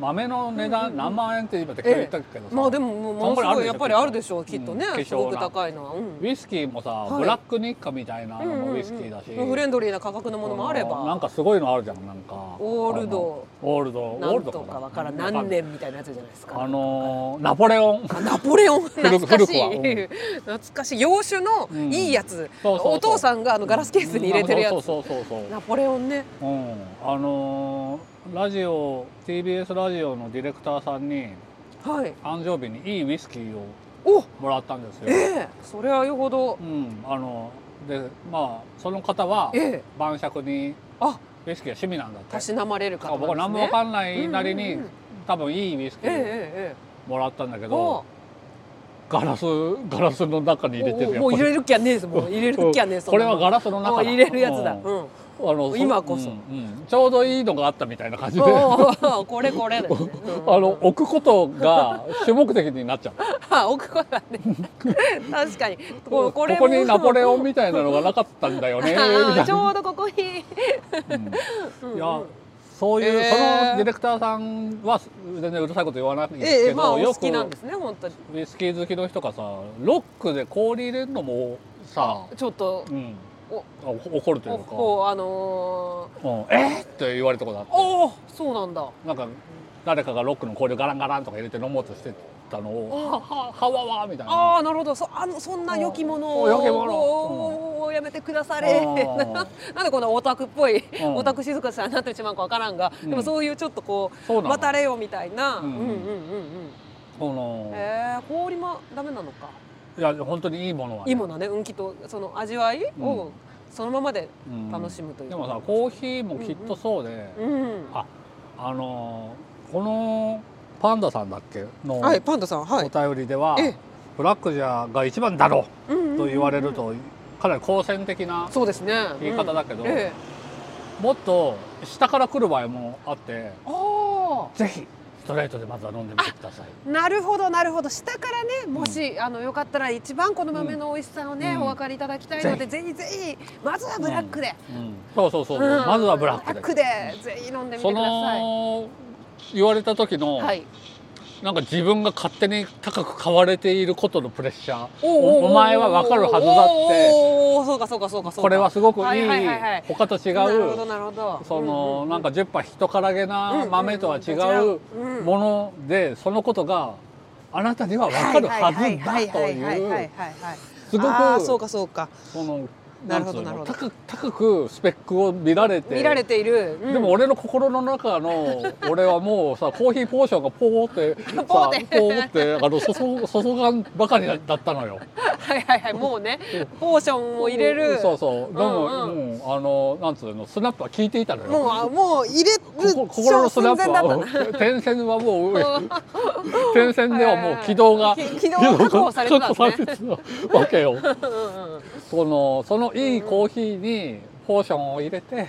Speaker 3: 豆の値段何万円って今って言ったけどさ、
Speaker 2: まあでももうものす
Speaker 3: 頑張
Speaker 2: ごい
Speaker 3: るでしょ
Speaker 2: やっぱりあるでしょう
Speaker 3: き
Speaker 2: き
Speaker 3: っ
Speaker 2: っ
Speaker 3: と
Speaker 2: とね、
Speaker 3: うん希
Speaker 2: す
Speaker 3: 少
Speaker 2: ご
Speaker 3: な
Speaker 2: く高いのは、うん
Speaker 3: ウイスキーもさ、
Speaker 2: はい
Speaker 3: ブラック日課みたいなの
Speaker 2: うんうん
Speaker 3: も
Speaker 2: うん
Speaker 3: ウイスキーだし、
Speaker 2: フレンドリーな価格のものもあれ
Speaker 3: なん
Speaker 2: ば
Speaker 3: かすごいのあるじゃんなんか
Speaker 2: オールド
Speaker 3: あのオールドオ
Speaker 2: な
Speaker 3: ー
Speaker 2: ん
Speaker 3: ルド
Speaker 2: とかわ
Speaker 3: な
Speaker 2: からん何年みたいなやつじゃないですか
Speaker 3: あのーナポレオン
Speaker 2: ナポレオン
Speaker 3: 古
Speaker 2: 懐
Speaker 3: く
Speaker 2: かしい、
Speaker 3: 古くはうん
Speaker 2: 懐かしい洋酒の
Speaker 3: うん
Speaker 2: いいやつ、
Speaker 3: そうそうそう
Speaker 2: お父さんがあのガラスケースに入れてるやつ、
Speaker 3: うんそうそうそうそう
Speaker 2: ナポレオンね
Speaker 3: そう、うん、あのーラジオ TBS ラジオのディレクターさんに
Speaker 2: はい
Speaker 3: 誕生日にいいウイスキーを
Speaker 2: お
Speaker 3: もらったんですよ、
Speaker 2: ええそれはよほど
Speaker 3: うんあのでまあその方は
Speaker 2: ええ
Speaker 3: 晩酌に
Speaker 2: あ
Speaker 3: ウイスキーが趣味なんだって
Speaker 2: たしなまれる
Speaker 3: だ
Speaker 2: 方
Speaker 3: から
Speaker 2: なんですね
Speaker 3: 僕何もわかんないなりに、
Speaker 2: うんうんうん
Speaker 3: 多分いいウイスキ
Speaker 2: えええ
Speaker 3: ー
Speaker 2: えええ
Speaker 3: もらったんだけ
Speaker 2: お
Speaker 3: ど、ガラスガラスの中に入れてる
Speaker 2: おおもう入れ
Speaker 3: る
Speaker 2: る気はねえですもう入れる気はねえ
Speaker 3: これはガ
Speaker 2: ラ
Speaker 3: ラスの中だ
Speaker 2: 入れるやつだ
Speaker 3: う
Speaker 2: うんん
Speaker 3: あ
Speaker 2: お
Speaker 3: の
Speaker 2: 今こそ
Speaker 3: うんうんちょうどいいのがあったみたいな感じで あ
Speaker 2: ーおーこれこれだよね、うん
Speaker 3: の置くことが主目的になっちゃう
Speaker 2: あ置くことだね確かにこ
Speaker 3: こ
Speaker 2: これも
Speaker 3: こにナポレオンみたいなのがなかったん だよねみたい
Speaker 2: あー
Speaker 3: な
Speaker 2: ちょうどここに
Speaker 3: いやそういう、
Speaker 2: えー
Speaker 3: そのディレクターさんは全然うるさいこと言わないんです
Speaker 2: え
Speaker 3: け
Speaker 2: えまあ
Speaker 3: ど、
Speaker 2: お
Speaker 3: よ
Speaker 2: 好
Speaker 3: く
Speaker 2: きなんですね本当に
Speaker 3: ウイスキー好きの人がさロックで氷入れるのもさ、
Speaker 2: ちょっと
Speaker 3: うん、
Speaker 2: お
Speaker 3: あお怒るとい
Speaker 2: お
Speaker 3: うか
Speaker 2: こうあのー、
Speaker 3: 「うん、えっ!」って言われたことあって
Speaker 2: おおそうなんだ
Speaker 3: なんか誰かがロックの氷をガランガランとか入れて飲もうとしてたのを「はははわわ」みたいな。
Speaker 2: ああなるほどそあのそんな良きものを
Speaker 3: お良きもの
Speaker 2: おーおーやめてくだされ
Speaker 3: あ
Speaker 2: なんでこんなオタクっぽい
Speaker 3: うん
Speaker 2: オタク静香さんになってしまうかわからんが、
Speaker 3: うん
Speaker 2: でもそういうちょっとこ
Speaker 3: そう
Speaker 2: う
Speaker 3: なの
Speaker 2: 渡れよみたいな、
Speaker 3: う
Speaker 2: うんん、う
Speaker 3: う
Speaker 2: んんうんうん
Speaker 3: この
Speaker 2: えー、氷もダメなのか
Speaker 3: いや本当にいいものはね、
Speaker 2: いいものはねうんきっとその味わい
Speaker 3: うん
Speaker 2: をそのままで
Speaker 3: うん
Speaker 2: 楽しむという
Speaker 3: で
Speaker 2: か
Speaker 3: もさコーヒーもきっとそうで、
Speaker 2: うん
Speaker 3: ああのーこのパンダさんだっけの
Speaker 2: はいパンダさんはい、
Speaker 3: お便りでは、
Speaker 2: ええ
Speaker 3: ブラックジャーが一番だろ
Speaker 2: うんうんうん
Speaker 3: うと言われると、かなり好戦的な
Speaker 2: そうですね
Speaker 3: 言い方だけど、
Speaker 2: うんええ
Speaker 3: もっと下から来る場合もあって
Speaker 2: あ
Speaker 3: ぜひストレートでまずは飲んでみてください。
Speaker 2: あなるほどなるほど下からねもし、あのよかったら一番この豆の美味しさをね、
Speaker 3: うん
Speaker 2: お分かりいただきたいので、ぜひぜひまずはブラックで、
Speaker 3: うんそうそうそう、
Speaker 2: うん
Speaker 3: まずはブラックで。
Speaker 2: ぜひ飲んでみ
Speaker 3: そ
Speaker 2: てください
Speaker 3: の言われた時の、
Speaker 2: はい
Speaker 3: なんか自分が勝手に高く買われていることのプレッシャー
Speaker 2: お
Speaker 3: おお前は分かるはずだっ
Speaker 2: おー
Speaker 3: て
Speaker 2: おーおーそうかそうかそうかそうか
Speaker 3: これはすごくいい,、
Speaker 2: はいはいはいはい
Speaker 3: 他と違
Speaker 2: なるほど
Speaker 3: う
Speaker 2: なるほど
Speaker 3: その、
Speaker 2: うんうん
Speaker 3: なんか10杯人からげな豆とは違う
Speaker 2: うんうん
Speaker 3: ものでそのことがあなたには分かるはずだというすごく
Speaker 2: あーそうかそうか
Speaker 3: その
Speaker 2: なる
Speaker 3: ん
Speaker 2: ほ
Speaker 3: つう
Speaker 2: ど
Speaker 3: の
Speaker 2: なるほど
Speaker 3: 高く高くスペックを見られて
Speaker 2: 見られている、うん
Speaker 3: でも俺の心の中の 俺はもうさコーヒーポーションがポーってさ
Speaker 2: ポーって
Speaker 3: ポーってあの 注注がんばかりだったのよ。
Speaker 2: はいはいはいもうねポーションを入れる
Speaker 3: そうそう。でも、
Speaker 2: うん
Speaker 3: もうあのなんつうのスナップは効いていたのよ。
Speaker 2: もうあもう入れる
Speaker 3: ここ心のスナッ
Speaker 2: 寸
Speaker 3: プ
Speaker 2: 前だった
Speaker 3: は
Speaker 2: な
Speaker 3: 点線はもう 点線ではもう軌道が
Speaker 2: はいはいはい軌道が確保されてたん ですね
Speaker 3: 確保されてたわけ よ。
Speaker 2: うんうんうん
Speaker 3: そのそのいいコーヒーにポーションを入 れて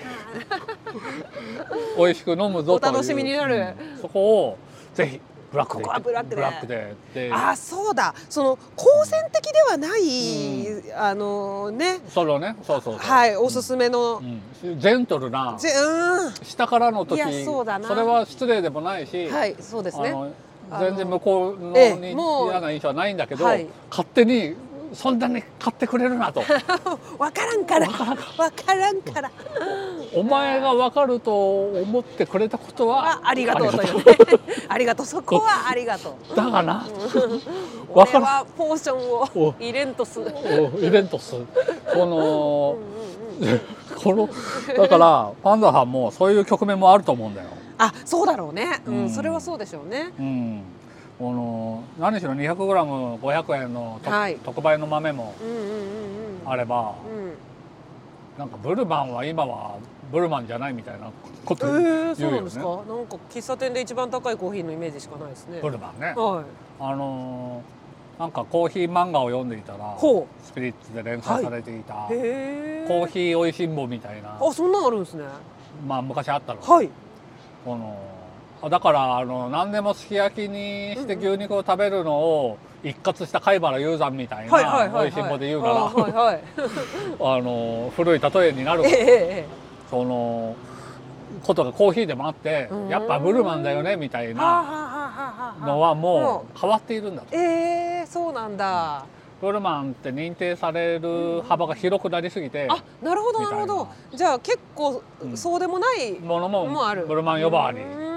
Speaker 3: 美味しく飲むぞという
Speaker 2: お楽しみになる
Speaker 3: うんそこをぜひブラックで
Speaker 2: ここはブラックで
Speaker 3: ブラックでで
Speaker 2: あーそうだその好戦的ではない、あのね
Speaker 3: そのねそうそうそう
Speaker 2: はいおすすめの、
Speaker 3: うんジェントルな
Speaker 2: ぜうん
Speaker 3: 下からの時
Speaker 2: いやそうだな
Speaker 3: れは失礼でもないし、
Speaker 2: はいそうですね
Speaker 3: あの全然向こうのに
Speaker 2: ええもう
Speaker 3: 嫌な印象はないんだけど、
Speaker 2: はい
Speaker 3: 勝手にそんなに買ってくれるなと
Speaker 2: わからんからわからんから
Speaker 3: お前が分かると思ってくれたことは
Speaker 2: あありがとうと
Speaker 3: あ
Speaker 2: い
Speaker 3: りが
Speaker 2: うね ありがとうそこはありがとう
Speaker 3: だがな
Speaker 2: 俺
Speaker 3: 分かる
Speaker 2: はポーションを入れんとす
Speaker 3: おイベントスこのこのだからパンダさんもそういう局面もあると思うんだよ。
Speaker 2: あそうだろうね、うん
Speaker 3: うん
Speaker 2: それはそうでしょうね
Speaker 3: うんこの何しろ 200g500 円のと、
Speaker 2: はい
Speaker 3: 特売の豆も
Speaker 2: うんうんうんうん
Speaker 3: あれば
Speaker 2: うん
Speaker 3: なんかブルマンは今はブルマンじゃないみたいなこと
Speaker 2: え
Speaker 3: 言うよね、
Speaker 2: ー、そうなんですか、なんか喫茶店で一番高いコーヒーのイメージしかないですね
Speaker 3: ブルマン
Speaker 2: は
Speaker 3: ね、
Speaker 2: い
Speaker 3: あのーなんかコーヒー漫画を読んでいたら
Speaker 2: ほ
Speaker 3: スピリッツで連載されていた、
Speaker 2: うへえ
Speaker 3: コーヒーおいしんぼみたいな
Speaker 2: あそんなんあるんですね
Speaker 3: まあ昔あったの、
Speaker 2: はい
Speaker 3: このあだからあの何でもすき焼きにして牛肉を食べるのを一括した貝原雄山みたい
Speaker 2: はいはいはい
Speaker 3: な
Speaker 2: はい
Speaker 3: おいしんぼで言う
Speaker 2: あ
Speaker 3: か
Speaker 2: はい はい
Speaker 3: らあの古い例えになる
Speaker 2: ええええええ
Speaker 3: そのことがコーヒーでもあって
Speaker 2: うん
Speaker 3: やっぱブルマンだよねみたい
Speaker 2: はあは
Speaker 3: な
Speaker 2: あはあはあ
Speaker 3: のはもう変わっているんだと
Speaker 2: ええそうなんだ。
Speaker 3: ブルマンって認定される幅が広くなりすぎて
Speaker 2: あ、なるほどなるほ
Speaker 3: み
Speaker 2: ど
Speaker 3: た。
Speaker 2: じゃあ結構
Speaker 3: うん
Speaker 2: そうでもない
Speaker 3: もの
Speaker 2: もあ
Speaker 3: も
Speaker 2: る。
Speaker 3: ブルマン呼ばわり
Speaker 2: うーん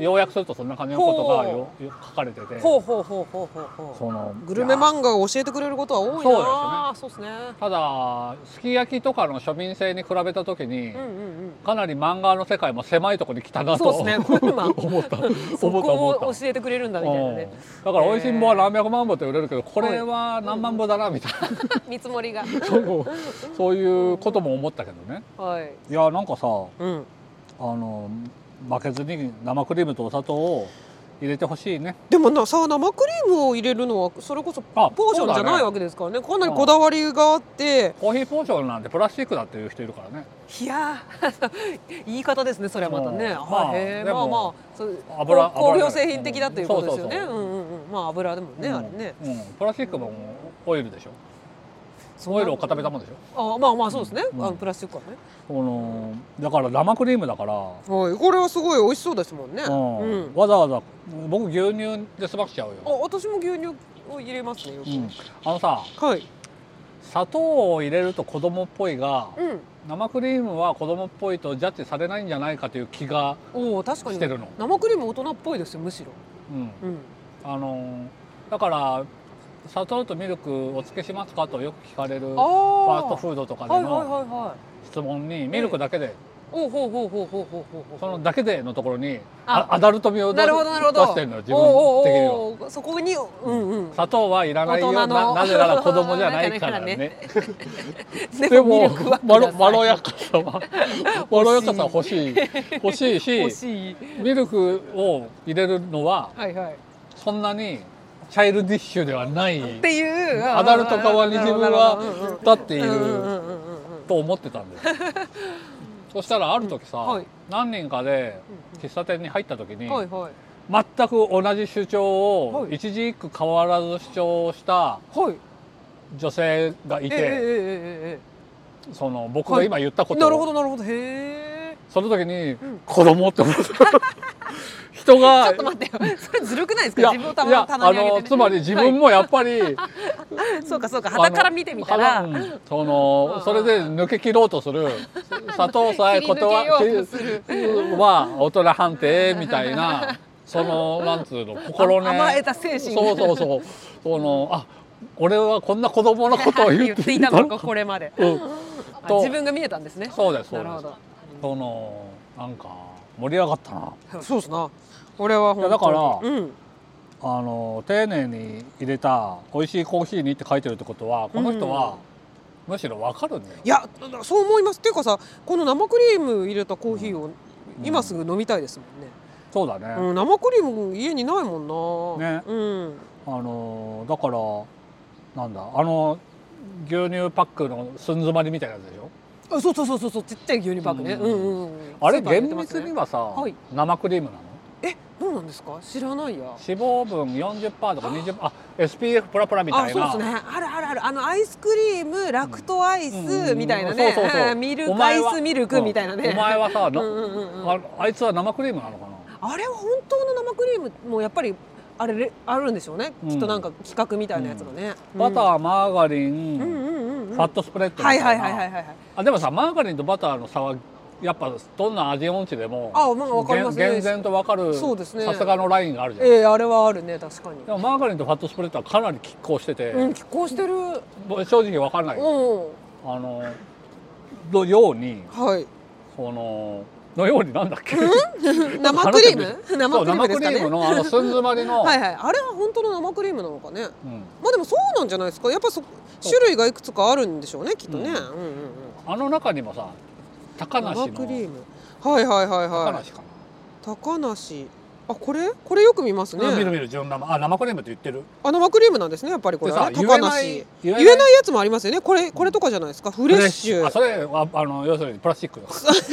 Speaker 3: 要約するとそんな感じのことがよ
Speaker 2: ほ
Speaker 3: よ書かれてて
Speaker 2: ほうほうほうほうほうほ
Speaker 3: その
Speaker 2: う。グルメ漫画を教えてくれることは多いな。そうですね。
Speaker 3: ただすき焼きとかの庶民性に比べた時に、
Speaker 2: うんうん
Speaker 3: かなり漫画の世界も狭いところに来た
Speaker 2: う。
Speaker 3: なんと
Speaker 2: そうですね。ブル マン。
Speaker 3: 思った思った
Speaker 2: そ
Speaker 3: 思
Speaker 2: こ
Speaker 3: った
Speaker 2: を教えてくれるんだみたいなね。
Speaker 3: うんだから「おいしんぼ」は何百万部と売れるけどこれは何万部だなみたいな、
Speaker 2: 見積もりが。
Speaker 3: そう そういうことも思ったけどね
Speaker 2: はい。
Speaker 3: いやなんかさ
Speaker 2: うん。
Speaker 3: あの負けずに生クリームとお砂糖を入れてほしいね
Speaker 2: でもなさ生クリームを入れるのはそれこそポ
Speaker 3: あ
Speaker 2: ーションじゃないわけですからねかなりこだわりがあって
Speaker 3: コーヒーポーションなんてプラスチックだっていう人いるからね
Speaker 2: いやー 言い方ですねそれはまたね
Speaker 3: うんま
Speaker 2: は
Speaker 3: あ
Speaker 2: いへー
Speaker 3: で
Speaker 2: まあ
Speaker 3: も
Speaker 2: まあそうこ
Speaker 3: 油
Speaker 2: う工
Speaker 3: 油
Speaker 2: 業製品的だということですよね
Speaker 3: そううそ
Speaker 2: ん
Speaker 3: うそう
Speaker 2: うんうんまあ油でもね
Speaker 3: うん
Speaker 2: あれね
Speaker 3: うんプラスチックもオイルでしょ
Speaker 2: そう
Speaker 3: オイルを固めたもんでしょ
Speaker 2: あまあまあそうですねあ
Speaker 3: うん
Speaker 2: のプラスチックはね
Speaker 3: このだから生クリームだから、
Speaker 2: はいこれはすごい美味しそうですもんね
Speaker 3: う
Speaker 2: うん
Speaker 3: ん、わざわざ僕牛乳で済ましちゃう
Speaker 2: あ
Speaker 3: よ、
Speaker 2: 私も牛乳を入れますねよく
Speaker 3: うん、あのさ
Speaker 2: はい
Speaker 3: 砂糖を入れると子供っぽいが、
Speaker 2: うん
Speaker 3: 生クリームは子供っぽいとジャッジされないんじゃないかという気が
Speaker 2: おお確か
Speaker 3: し
Speaker 2: に
Speaker 3: てるの、
Speaker 2: 生クリーム大人っぽいですよむしろ
Speaker 3: うん
Speaker 2: うん
Speaker 3: あのーだから砂糖とミルクお付けしますかとよく聞かれるフ
Speaker 2: あ
Speaker 3: ァースト
Speaker 2: あ
Speaker 3: フードとか
Speaker 2: はい
Speaker 3: で
Speaker 2: はい
Speaker 3: の
Speaker 2: はいはい
Speaker 3: 質問にミルクだけで
Speaker 2: おうほうほうほうほうほうほうほう
Speaker 3: そのだけでのところに
Speaker 2: あ
Speaker 3: あアダルト味を出
Speaker 2: な
Speaker 3: し
Speaker 2: るほどなるほど
Speaker 3: 出してるの自分的には
Speaker 2: おうおうおうそこにうんうん
Speaker 3: 砂糖はいらないよ
Speaker 2: 大人
Speaker 3: な
Speaker 2: の
Speaker 3: なぜなら子供じゃないから
Speaker 2: だから
Speaker 3: ね
Speaker 2: で
Speaker 3: で
Speaker 2: もミ
Speaker 3: も
Speaker 2: ルクはく
Speaker 3: ま
Speaker 2: だ
Speaker 3: ろ
Speaker 2: さい
Speaker 3: まろやか さはまろやかさは欲しい欲しい
Speaker 2: 欲
Speaker 3: し
Speaker 2: しい
Speaker 3: ミルクを入れるのは
Speaker 2: はいはいっ
Speaker 3: そんなにチャイルディッシュではない
Speaker 2: ていう
Speaker 3: アダルト側に自分は立ってい
Speaker 2: うんうんう
Speaker 3: る
Speaker 2: んうんうん
Speaker 3: と思ってた んですそしたらある時さ、
Speaker 2: うんはい
Speaker 3: 何人かで喫茶店に入った時に、
Speaker 2: はいはい
Speaker 3: 全く同じ主張を
Speaker 2: はい
Speaker 3: 一字一句変わらず主張した
Speaker 2: はい
Speaker 3: 女性がい
Speaker 2: えええ
Speaker 3: て、
Speaker 2: ええ
Speaker 3: その僕が今言った
Speaker 2: え
Speaker 3: こと
Speaker 2: なる
Speaker 3: を、
Speaker 2: ほどなるほどへえ
Speaker 3: その時に
Speaker 2: ん
Speaker 3: 子供って思った 人
Speaker 2: ちょ
Speaker 3: が
Speaker 2: っと待ってよそれずるくないです
Speaker 3: い
Speaker 2: か
Speaker 3: や
Speaker 2: 自分をた
Speaker 3: い
Speaker 2: ま
Speaker 3: や
Speaker 2: 棚
Speaker 3: あ
Speaker 2: に上げて
Speaker 3: の
Speaker 2: ね
Speaker 3: つまり自分
Speaker 2: は
Speaker 3: もやっぱ り
Speaker 2: いそうかそうか肌から見てみた
Speaker 3: あ
Speaker 2: ら
Speaker 3: のうんそのそれで抜け切ろうとする砂糖さえ
Speaker 2: 切り抜
Speaker 3: 断
Speaker 2: けようとする
Speaker 3: は大人判定みたい なそのなんつうの心ね
Speaker 2: 甘えた精神
Speaker 3: そうそうそうそのあ俺はこんな子供のことを言
Speaker 2: 言
Speaker 3: っ
Speaker 2: って
Speaker 3: て
Speaker 2: い
Speaker 3: い
Speaker 2: た
Speaker 3: た
Speaker 2: の
Speaker 3: の
Speaker 2: か
Speaker 3: か
Speaker 2: これまで
Speaker 3: うん
Speaker 2: あ
Speaker 3: と
Speaker 2: 自分が見えたんですね
Speaker 3: そうですそ
Speaker 2: なるほ
Speaker 3: うです
Speaker 2: ど
Speaker 3: そのなんか盛り上がったな
Speaker 2: そうっすな俺は本当に
Speaker 3: いやだから
Speaker 2: うん
Speaker 3: あの丁寧に入れた美味しいコーヒーにって書いてるってことはこの人はむしろわかるんだよ
Speaker 2: いやそう思いますっていうかさこの生クリーム入れたコーヒーを今すぐ飲みたいですもんね、
Speaker 3: そうだね
Speaker 2: うん生クリーム家にないもんな
Speaker 3: ね
Speaker 2: うん
Speaker 3: あのーだからなんだあの牛乳パックの寸詰まりみたいなやつでしょ
Speaker 2: あそうそうそうそうそうちっちゃい牛乳パックね、う
Speaker 3: うんん
Speaker 2: うんうん
Speaker 3: あれ
Speaker 2: スーパーで売っ
Speaker 3: 厳
Speaker 2: てます
Speaker 3: 密に
Speaker 2: ね
Speaker 3: はさ、
Speaker 2: はい
Speaker 3: 生クリームなの
Speaker 2: えどうなんですか知らないや
Speaker 3: 脂肪分40%とか20%あ SPF プラプラみた
Speaker 2: あ
Speaker 3: い
Speaker 2: そう
Speaker 3: な
Speaker 2: ですねあるあるあるあのアイスクリームラクトアイ
Speaker 3: うん
Speaker 2: ス
Speaker 3: うん
Speaker 2: みたいなね、
Speaker 3: そうそうそ う
Speaker 2: うんミル
Speaker 3: お
Speaker 2: クア
Speaker 3: 前
Speaker 2: イ
Speaker 3: は
Speaker 2: スミルクみたいなね、
Speaker 3: うんお前はさ、な
Speaker 2: うんうんうんうん
Speaker 3: ああいつは生クリームなのかな
Speaker 2: あれは本当の生クリームもやっぱりあれれあるんでしょうね、
Speaker 3: うん
Speaker 2: きっとなんか規格みたいなやつがね、
Speaker 3: バタ
Speaker 2: ー
Speaker 3: ーマーガリン、
Speaker 2: うんうんうんうん
Speaker 3: ファットスプレッドみた
Speaker 2: はいい
Speaker 3: な、
Speaker 2: はいはいはいはいはい
Speaker 3: あでもさマーガリンとバターの差はやっぱどんな味音痴でも
Speaker 2: あまあわかりますね
Speaker 3: げん厳然と分かる
Speaker 2: そうですね
Speaker 3: さすがのラインがあるじゃん、
Speaker 2: ええあれはあるね確かに
Speaker 3: でもマーガリンとファットスプレッドはかなり拮抗してて、
Speaker 2: うん拮抗してるうん
Speaker 3: もう正直わからない、あののように
Speaker 2: はい
Speaker 3: そののようになんだっけ
Speaker 2: 生クリーム生クリームですか
Speaker 3: そう生クリーム
Speaker 2: ね
Speaker 3: のあの寸詰まりの、
Speaker 2: はいはいあれは本当の生クリームなのかね
Speaker 3: うん、
Speaker 2: まあでもそうなんじゃないですかやっぱそ種類がいくつかあるんでしょうねきっとね、う、
Speaker 3: うんん
Speaker 2: うんうん
Speaker 3: あの中にもさ高
Speaker 2: うん
Speaker 3: 梨
Speaker 2: 生
Speaker 3: の
Speaker 2: クリームはいはいはい
Speaker 3: 高
Speaker 2: はい
Speaker 3: 梨か
Speaker 2: 高梨あこれこれよく見ますね
Speaker 3: な、みるみる純生あ生クリームって言ってる
Speaker 2: あ生クリームなんですねやっぱりこれはね
Speaker 3: でさ
Speaker 2: 高梨言
Speaker 3: 言
Speaker 2: え
Speaker 3: え
Speaker 2: な
Speaker 3: ないい
Speaker 2: やつもありますよねこれこれとかじゃないですかフレッシュ
Speaker 3: あそれはあの要するにプラスチックよ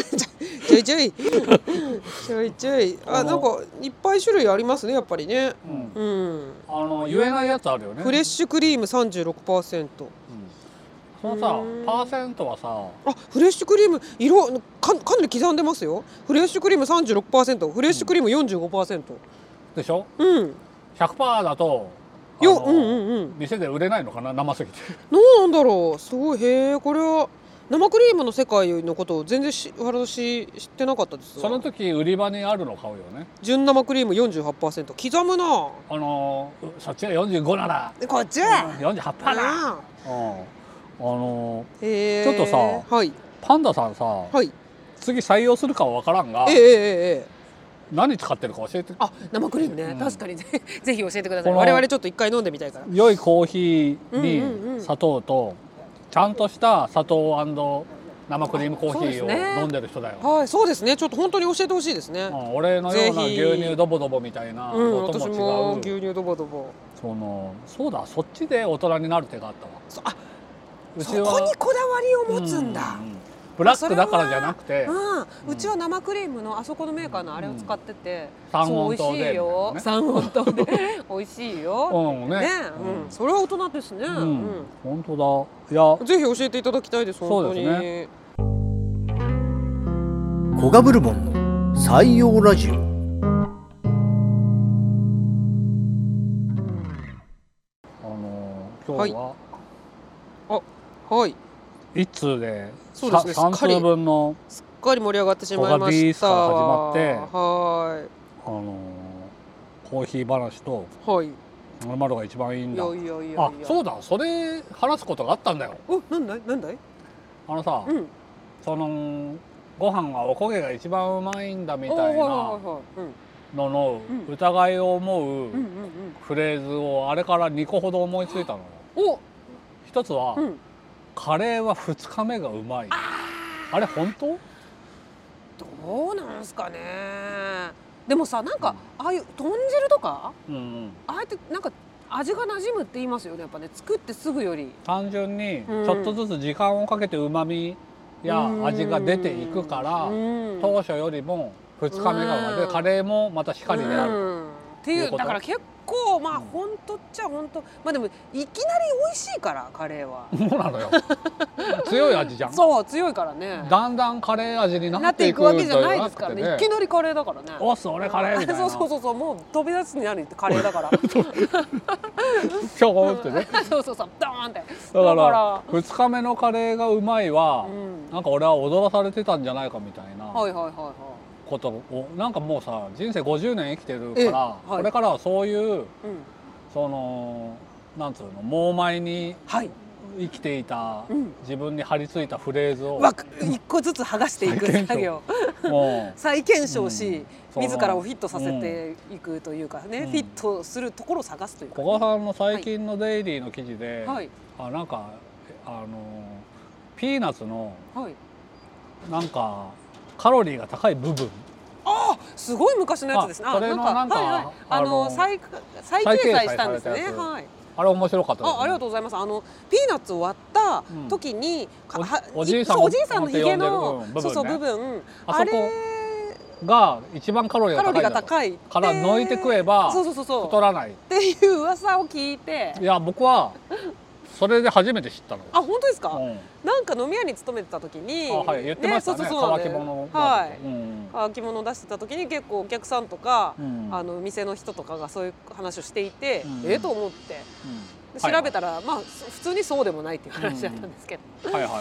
Speaker 2: ちょいちょいちょいちょいあ
Speaker 3: あの
Speaker 2: なんかいっぱい種類ありますねやっぱりね
Speaker 3: うん
Speaker 2: うん
Speaker 3: あの言えないやつあるよね
Speaker 2: フレッシュクリーム36%
Speaker 3: うんそのさ
Speaker 2: うん
Speaker 3: パーセントはさ
Speaker 2: あフレッシュクリーム色かかなり刻んでますよフレッシュクリーム36%フレッシュクリーム45%
Speaker 3: でしょ
Speaker 2: うん
Speaker 3: 100%だとあ
Speaker 2: よ
Speaker 3: の
Speaker 2: うんうんうん
Speaker 3: 店で売れないのかな生すぎて
Speaker 2: どうなんだろうすごいへえこれは生クリームの世界のことを全然し私知ってなかったですわ
Speaker 3: その時売り場にあるの買うよね
Speaker 2: 純生クリーム48%刻むな
Speaker 3: あのーうそっちは45なら
Speaker 2: こっち
Speaker 3: 48%だ、うん、あの
Speaker 2: へえ
Speaker 3: ちょっとさ
Speaker 2: はい
Speaker 3: ーパンダさんさ、
Speaker 2: はい
Speaker 3: 次採用するかは分からんが
Speaker 2: ええええええ
Speaker 3: 何使ってるか教えて
Speaker 2: あ生クリームね、
Speaker 3: うん
Speaker 2: 確かにぜぜひ教えてください
Speaker 3: この
Speaker 2: 我々ちょっと一回飲んでみたいから
Speaker 3: 良いコーヒ
Speaker 2: うんうん
Speaker 3: ー
Speaker 2: うん
Speaker 3: に砂糖と、ちゃんとした砂糖生クリームコーヒ
Speaker 2: そうです
Speaker 3: ー
Speaker 2: ね
Speaker 3: を飲んでる人だよ、
Speaker 2: はいそうですねちょっと本当に教えてほしいですね
Speaker 3: うん俺のような
Speaker 2: ぜひ
Speaker 3: 牛乳ドボドボみたいな
Speaker 2: うん
Speaker 3: のと
Speaker 2: 私
Speaker 3: も
Speaker 2: も
Speaker 3: 違う、
Speaker 2: 牛乳ドボドボ
Speaker 3: そのそうだそっちで大人になる手があったわ
Speaker 2: そあ
Speaker 3: う
Speaker 2: そこにこだわりを持つんだ
Speaker 3: うううブラックだからじゃなくて
Speaker 2: うん、うちは生クリームのあそこのメーカーのあれを使ってて、
Speaker 3: 三
Speaker 2: そう
Speaker 3: 温糖
Speaker 2: 美味しい
Speaker 3: で
Speaker 2: よ
Speaker 3: みた
Speaker 2: 三温糖で 美味しいよ、
Speaker 3: うんね
Speaker 2: ね、うん、それは大人ですね、
Speaker 3: う
Speaker 2: うん
Speaker 3: うんん本当だいや
Speaker 2: ぜひ教えていただきたいです本当に
Speaker 3: そうで
Speaker 4: コガブルボンの採用ラジオ
Speaker 3: あの今日は
Speaker 2: はい
Speaker 3: 一通で
Speaker 2: そうですね
Speaker 3: さ三
Speaker 2: すっかり
Speaker 3: 通分の
Speaker 2: すっかり盛り上がってしまいました
Speaker 3: ここがビース
Speaker 2: は
Speaker 3: あのコーヒー話と
Speaker 2: いはい
Speaker 3: まるまるが一番いいん
Speaker 2: い
Speaker 3: だ
Speaker 2: やいやいやいや
Speaker 3: あそうだそれ話すことがあったんだよ
Speaker 2: おなんだいなんだい
Speaker 3: あのさ、
Speaker 2: うん
Speaker 3: そのご飯はおこげが一番うまいんだみ
Speaker 2: おー
Speaker 3: たいな
Speaker 2: は
Speaker 3: の
Speaker 2: いはいはいはい
Speaker 3: の
Speaker 2: うん
Speaker 3: 疑いを思う
Speaker 2: うんうんうん
Speaker 3: フレーズをあれから2個ほど思いついたのよ
Speaker 2: うんお
Speaker 3: 一つは、
Speaker 2: うん
Speaker 3: カレーは2日目がうまいあれ本当
Speaker 2: どうなんすかねでもさなんかああいう豚汁とか
Speaker 3: うんうん
Speaker 2: ああえてなんか味が馴染むって言いますよねやっぱね作ってすぐより
Speaker 3: 単純にち
Speaker 2: うん
Speaker 3: ょっとずつ時間をかけてうまみや味が出ていくから
Speaker 2: うん
Speaker 3: 当初よりも2日目がうまい
Speaker 2: うん
Speaker 3: でカレーもまた光であ
Speaker 2: う
Speaker 3: る
Speaker 2: んってい
Speaker 3: いう
Speaker 2: う
Speaker 3: こと
Speaker 2: だから結構まあ
Speaker 3: うん
Speaker 2: 本当っちゃ本当まあでもいきなり美味しいからカレーは
Speaker 3: そうなのよ強い味じゃ ん
Speaker 2: そう強いからね
Speaker 3: だんだんカレー味にな
Speaker 2: な
Speaker 3: っ
Speaker 2: ってて
Speaker 3: い
Speaker 2: い
Speaker 3: く
Speaker 2: くわけじゃないですから
Speaker 3: と
Speaker 2: ね
Speaker 3: う
Speaker 2: いきなりカレーだからね
Speaker 3: おっそれカレーみたいな
Speaker 2: そうそうそうそうもう飛び出すになるってカレーだ から
Speaker 3: 今日思ってね
Speaker 2: そうそうそうドーンってだ
Speaker 3: だ
Speaker 2: か
Speaker 3: から
Speaker 2: ら
Speaker 3: 2日目のカレーがうまいは、
Speaker 2: うん
Speaker 3: なんか俺は踊らされてたんじゃないかみたいな
Speaker 2: はいはいはいは
Speaker 3: ことをなんかもうさ人生50年生きてるから、
Speaker 2: えはい
Speaker 3: これからはそういう
Speaker 2: いうん
Speaker 3: そのなんつうの猛米に
Speaker 2: はい
Speaker 3: 生きていた、
Speaker 2: うん
Speaker 3: 自分に張り付いたフレーズを
Speaker 2: わく一個ずつ剥がしていく作業
Speaker 3: も
Speaker 2: 再検証し、
Speaker 3: うん
Speaker 2: 自らをフィットさせていくというかね、
Speaker 3: うん
Speaker 2: フィットするところを探すという
Speaker 3: う
Speaker 2: か、
Speaker 3: 古賀さんの最近の「デイリー」の記事で、
Speaker 2: はい
Speaker 3: あなんかあのピーナッツの
Speaker 2: はい
Speaker 3: なんかカロリーが高い部分
Speaker 2: すごい昔のやつですね
Speaker 3: あ
Speaker 2: あ
Speaker 3: それのなんか
Speaker 2: はいはいあ
Speaker 3: あの
Speaker 2: の再再
Speaker 3: 再掲
Speaker 2: 掲
Speaker 3: 載
Speaker 2: 載したんです
Speaker 3: され
Speaker 2: ね
Speaker 3: たやつ
Speaker 2: はい
Speaker 3: あれ面白かったです、ね、
Speaker 2: あありがとうございますあのピーナッツを割った時に、か
Speaker 3: お
Speaker 2: は
Speaker 3: おじいさん
Speaker 2: そうおじいさんのひげ
Speaker 3: っ
Speaker 2: の
Speaker 3: て呼んでる部分ね
Speaker 2: そうそう部分
Speaker 3: あそこ
Speaker 2: れ
Speaker 3: が一番カロリー
Speaker 2: カ
Speaker 3: が
Speaker 2: ロ
Speaker 3: 高
Speaker 2: リ
Speaker 3: い
Speaker 2: ー
Speaker 3: んだ
Speaker 2: が高い
Speaker 3: とから抜いて食えば
Speaker 2: そうそうそうそう
Speaker 3: 太らない
Speaker 2: っていう噂を聞いて
Speaker 3: いや僕はそれで初めて知ったの
Speaker 2: あ本当ですか、
Speaker 3: うん
Speaker 2: なんか飲み屋に勤めてた時に、
Speaker 3: あはい言ってましたね
Speaker 2: そうそうそうなん
Speaker 3: 乾
Speaker 2: で
Speaker 3: き物だ
Speaker 2: は
Speaker 3: と
Speaker 2: い、
Speaker 3: うん
Speaker 2: 乾き物を出してた時に結構お客さんとか、
Speaker 3: うん
Speaker 2: あの店の人とかがそういう話をしていて、
Speaker 3: うん
Speaker 2: ええと思って
Speaker 3: う
Speaker 2: で
Speaker 3: ん
Speaker 2: 調べたら、まあす普通にそうでもないっていう話だったんですけど、
Speaker 3: はいはいは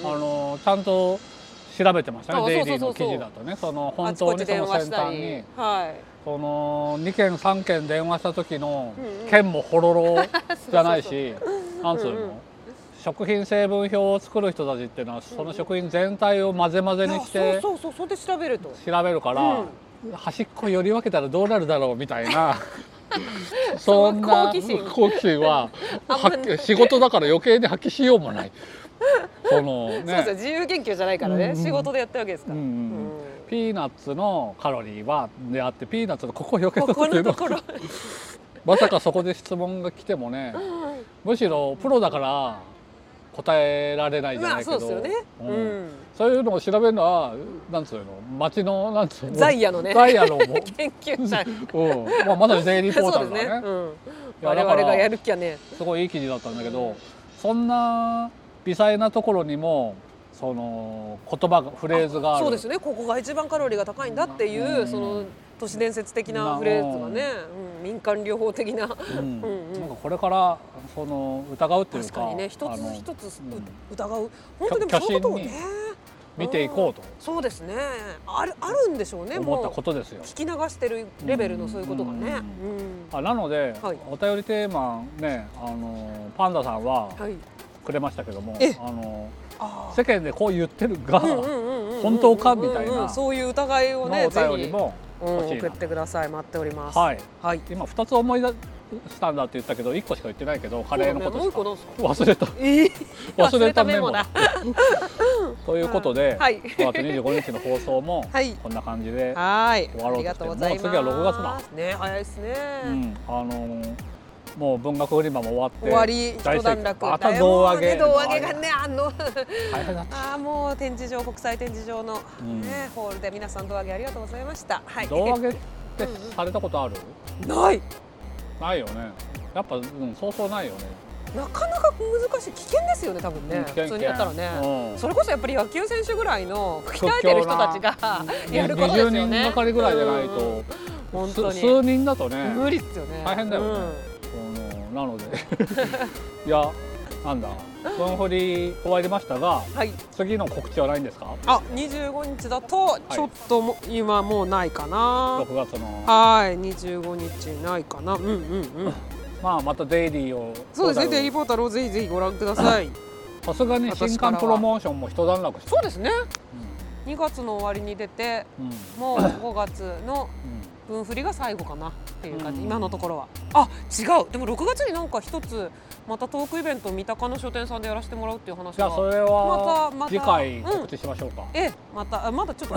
Speaker 2: うんうん
Speaker 3: あのちゃんと調べてましたね
Speaker 2: あ
Speaker 3: デイリー
Speaker 2: そ
Speaker 3: の
Speaker 2: うそうそうそ
Speaker 3: 記
Speaker 2: う
Speaker 3: 事だとねその
Speaker 2: あ
Speaker 3: 本
Speaker 2: ち
Speaker 3: 当
Speaker 2: こち
Speaker 3: にそ
Speaker 2: 電
Speaker 3: の
Speaker 2: 話し
Speaker 3: 先
Speaker 2: た
Speaker 3: 端
Speaker 2: り
Speaker 3: に
Speaker 2: は
Speaker 3: その2件3件電話した時の
Speaker 2: うんうん
Speaker 3: 件もほ ろろじゃないしなんつう
Speaker 2: うんうん
Speaker 3: の食品成分表を作る人たちっていうのはその食品全体を混ぜ混ぜ
Speaker 2: いい
Speaker 3: に
Speaker 2: や
Speaker 3: して
Speaker 2: そうそうそうそれで調べると
Speaker 3: 調べるから、端っこ寄り分けたらどうなるだろうみた いなそん
Speaker 2: その好
Speaker 3: な
Speaker 2: 奇心
Speaker 3: 好奇心 は
Speaker 2: あんま
Speaker 3: 発揮
Speaker 2: り
Speaker 3: 仕事だから余計に発揮しようもないその
Speaker 2: そうですよ
Speaker 3: ね
Speaker 2: 自由研究じゃないからね、
Speaker 3: うんうん
Speaker 2: 仕事でやったわけです
Speaker 3: う
Speaker 2: か
Speaker 3: ん
Speaker 2: ら、
Speaker 3: う
Speaker 2: うん
Speaker 3: ん うんピーナッツのカロリーはであってピーナッツのここ避け
Speaker 2: こ
Speaker 3: と
Speaker 2: こ
Speaker 3: くけ
Speaker 2: のと
Speaker 3: ど
Speaker 2: ころ
Speaker 3: まさかそこで質問が来てもねむしろプロだから答えられないじ
Speaker 2: ま
Speaker 3: ゃな
Speaker 2: あ
Speaker 3: いけ
Speaker 2: そうで
Speaker 3: ど
Speaker 2: すよね、
Speaker 3: う
Speaker 2: うんん
Speaker 3: そういうのを調べるのはなんつうの町のなんつうの
Speaker 2: 在野のね
Speaker 3: ダイヤ のも
Speaker 2: 研究者
Speaker 3: うんまあ、まさに デイリーポータ
Speaker 2: そう
Speaker 3: ル
Speaker 2: ですね
Speaker 3: だね
Speaker 2: うん、
Speaker 3: いや
Speaker 2: 我
Speaker 3: だから
Speaker 2: 々がやる気はね
Speaker 3: すごいいい記事だったんだけどそんな微細なところにもその言葉がフレーズがある
Speaker 2: そうですねここが一番カロリーが高いんだっていう、
Speaker 3: うん
Speaker 2: その都市伝説的なフレーズがね、うん、民間療法的な
Speaker 3: うん
Speaker 2: うんうん
Speaker 3: なんかこれからその疑うっていう
Speaker 2: 確
Speaker 3: か
Speaker 2: かにね一
Speaker 3: あ
Speaker 2: つ
Speaker 3: の
Speaker 2: 一つう
Speaker 3: うん
Speaker 2: 疑う本当でもそういうことをね
Speaker 3: 虚見ていこうと
Speaker 2: そうですねあるあるんでしょうね
Speaker 3: 思った
Speaker 2: もう
Speaker 3: ことですよ。
Speaker 2: 聞き流してるレベルのそういうことがね、
Speaker 3: う
Speaker 2: うん
Speaker 3: あなので、
Speaker 2: はい
Speaker 3: お便りテーマねあのパンダさんは
Speaker 2: はい
Speaker 3: くれましたけども、
Speaker 2: え
Speaker 3: あの
Speaker 2: あ
Speaker 3: 世間でこう言ってるが、
Speaker 2: ーうんうんうんうんうん
Speaker 3: 本当かみたいな
Speaker 2: うんうんそういう疑いをね
Speaker 3: のお
Speaker 2: ぜ
Speaker 3: 便
Speaker 2: ひ
Speaker 3: りも
Speaker 2: うん
Speaker 3: 欲しいな
Speaker 2: 送ってください待っております
Speaker 3: はい
Speaker 2: はい
Speaker 3: 今2つ思い出したんだって言ったけど1個しか言ってないけどカレーのこと
Speaker 2: もう
Speaker 3: し
Speaker 2: 一個
Speaker 3: か
Speaker 2: なんですか
Speaker 3: 忘れた
Speaker 2: えー
Speaker 3: 忘れた
Speaker 2: 忘れ
Speaker 3: メ
Speaker 2: たメ
Speaker 3: モ
Speaker 2: モ
Speaker 3: だ
Speaker 2: だ
Speaker 3: ということで、
Speaker 2: はい
Speaker 3: 5月25日の放送も
Speaker 2: はい
Speaker 3: こんな感じで、
Speaker 2: はい
Speaker 3: 終わろ
Speaker 2: あ
Speaker 3: うとして
Speaker 2: りがとうございます
Speaker 3: もう次は6月
Speaker 2: ね早いですね、
Speaker 3: うん、あのーもう文学フリマも終わって
Speaker 2: 終わり
Speaker 3: 大
Speaker 2: 一
Speaker 3: 盛
Speaker 2: 段
Speaker 3: 況
Speaker 2: 落
Speaker 3: また胴上げ
Speaker 2: ね胴上げがねあの
Speaker 3: 大変だった
Speaker 2: あーもう展示場国際展示場の、ね
Speaker 3: うん
Speaker 2: ホールで皆さん胴上げありがとうございましたはい
Speaker 3: 胴上げってされたことある
Speaker 2: ない
Speaker 3: ないよねやっぱ、うん、そうそうないよね
Speaker 2: なかなか難しい危険ですよね多分ね
Speaker 3: 危険
Speaker 2: 普通にやったらね
Speaker 3: 危険うん
Speaker 2: それこそやっぱり野球選手ぐらいの鍛えてる人たちが やることですよね
Speaker 3: 20人がかりぐらいじゃないと、
Speaker 2: うん本当
Speaker 3: す
Speaker 2: に
Speaker 3: 数人だとね
Speaker 2: 無理っすよね
Speaker 3: 大変だよねうんなので いやなんだ文振り終わりましたが
Speaker 2: うんはい
Speaker 3: 次の告知はないんですか
Speaker 2: あ25日だとちょっとも、今もうないかな
Speaker 3: 6月の
Speaker 2: はい25日ないかなうんうんうん
Speaker 3: まあまたデイリーを
Speaker 2: そうですねデイリー
Speaker 3: さ
Speaker 2: ポータルをぜひぜひご覧ください
Speaker 3: すがに新
Speaker 2: 私から
Speaker 3: 刊
Speaker 2: は
Speaker 3: プロモーションも一段落して
Speaker 2: そうですね2月の終わりに出て
Speaker 3: うんうん
Speaker 2: もう5月の分振りが最後かなっていう感じ、
Speaker 3: うん
Speaker 2: 今のところはあ違うでも6月になんか一つまたトークイベントを三鷹の書店さんでやらせてもらうっていう話
Speaker 3: じゃあそ
Speaker 2: が
Speaker 3: れ
Speaker 2: ま
Speaker 3: は
Speaker 2: た
Speaker 3: 次回
Speaker 2: またうん
Speaker 3: 告知しましょうか、
Speaker 2: ええまたあまだちょっと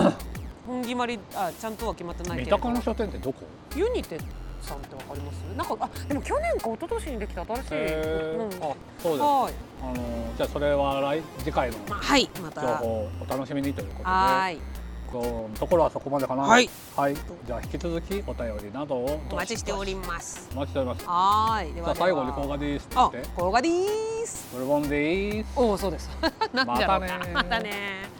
Speaker 2: 本決まりあちゃんとは決まってないけ
Speaker 3: 三
Speaker 2: れど
Speaker 3: 鷹の書店ってどこ
Speaker 2: ユニテさんってわかりますなんかあでも去年か一昨年にできた新しい、
Speaker 3: へー
Speaker 2: うん
Speaker 3: あそうです
Speaker 2: はい
Speaker 3: あのじゃあそれは来次回の
Speaker 2: まあはいま
Speaker 3: 情
Speaker 2: た
Speaker 3: 報をお楽しみにということで
Speaker 2: はーい
Speaker 3: こうところはそこまでかな
Speaker 2: はい、
Speaker 3: はいじゃあ引き続きお便りなどを
Speaker 2: お待ちしており
Speaker 3: ま
Speaker 2: ます
Speaker 3: すお待ちしております
Speaker 2: はーいで
Speaker 3: じゃ
Speaker 2: は
Speaker 3: あ
Speaker 2: では
Speaker 3: 最後に動画でーすって言
Speaker 2: あ
Speaker 3: って
Speaker 2: 動画でーす
Speaker 3: ブルボンでーす
Speaker 2: おおそうです なんじゃろうか
Speaker 3: またねー
Speaker 2: またねー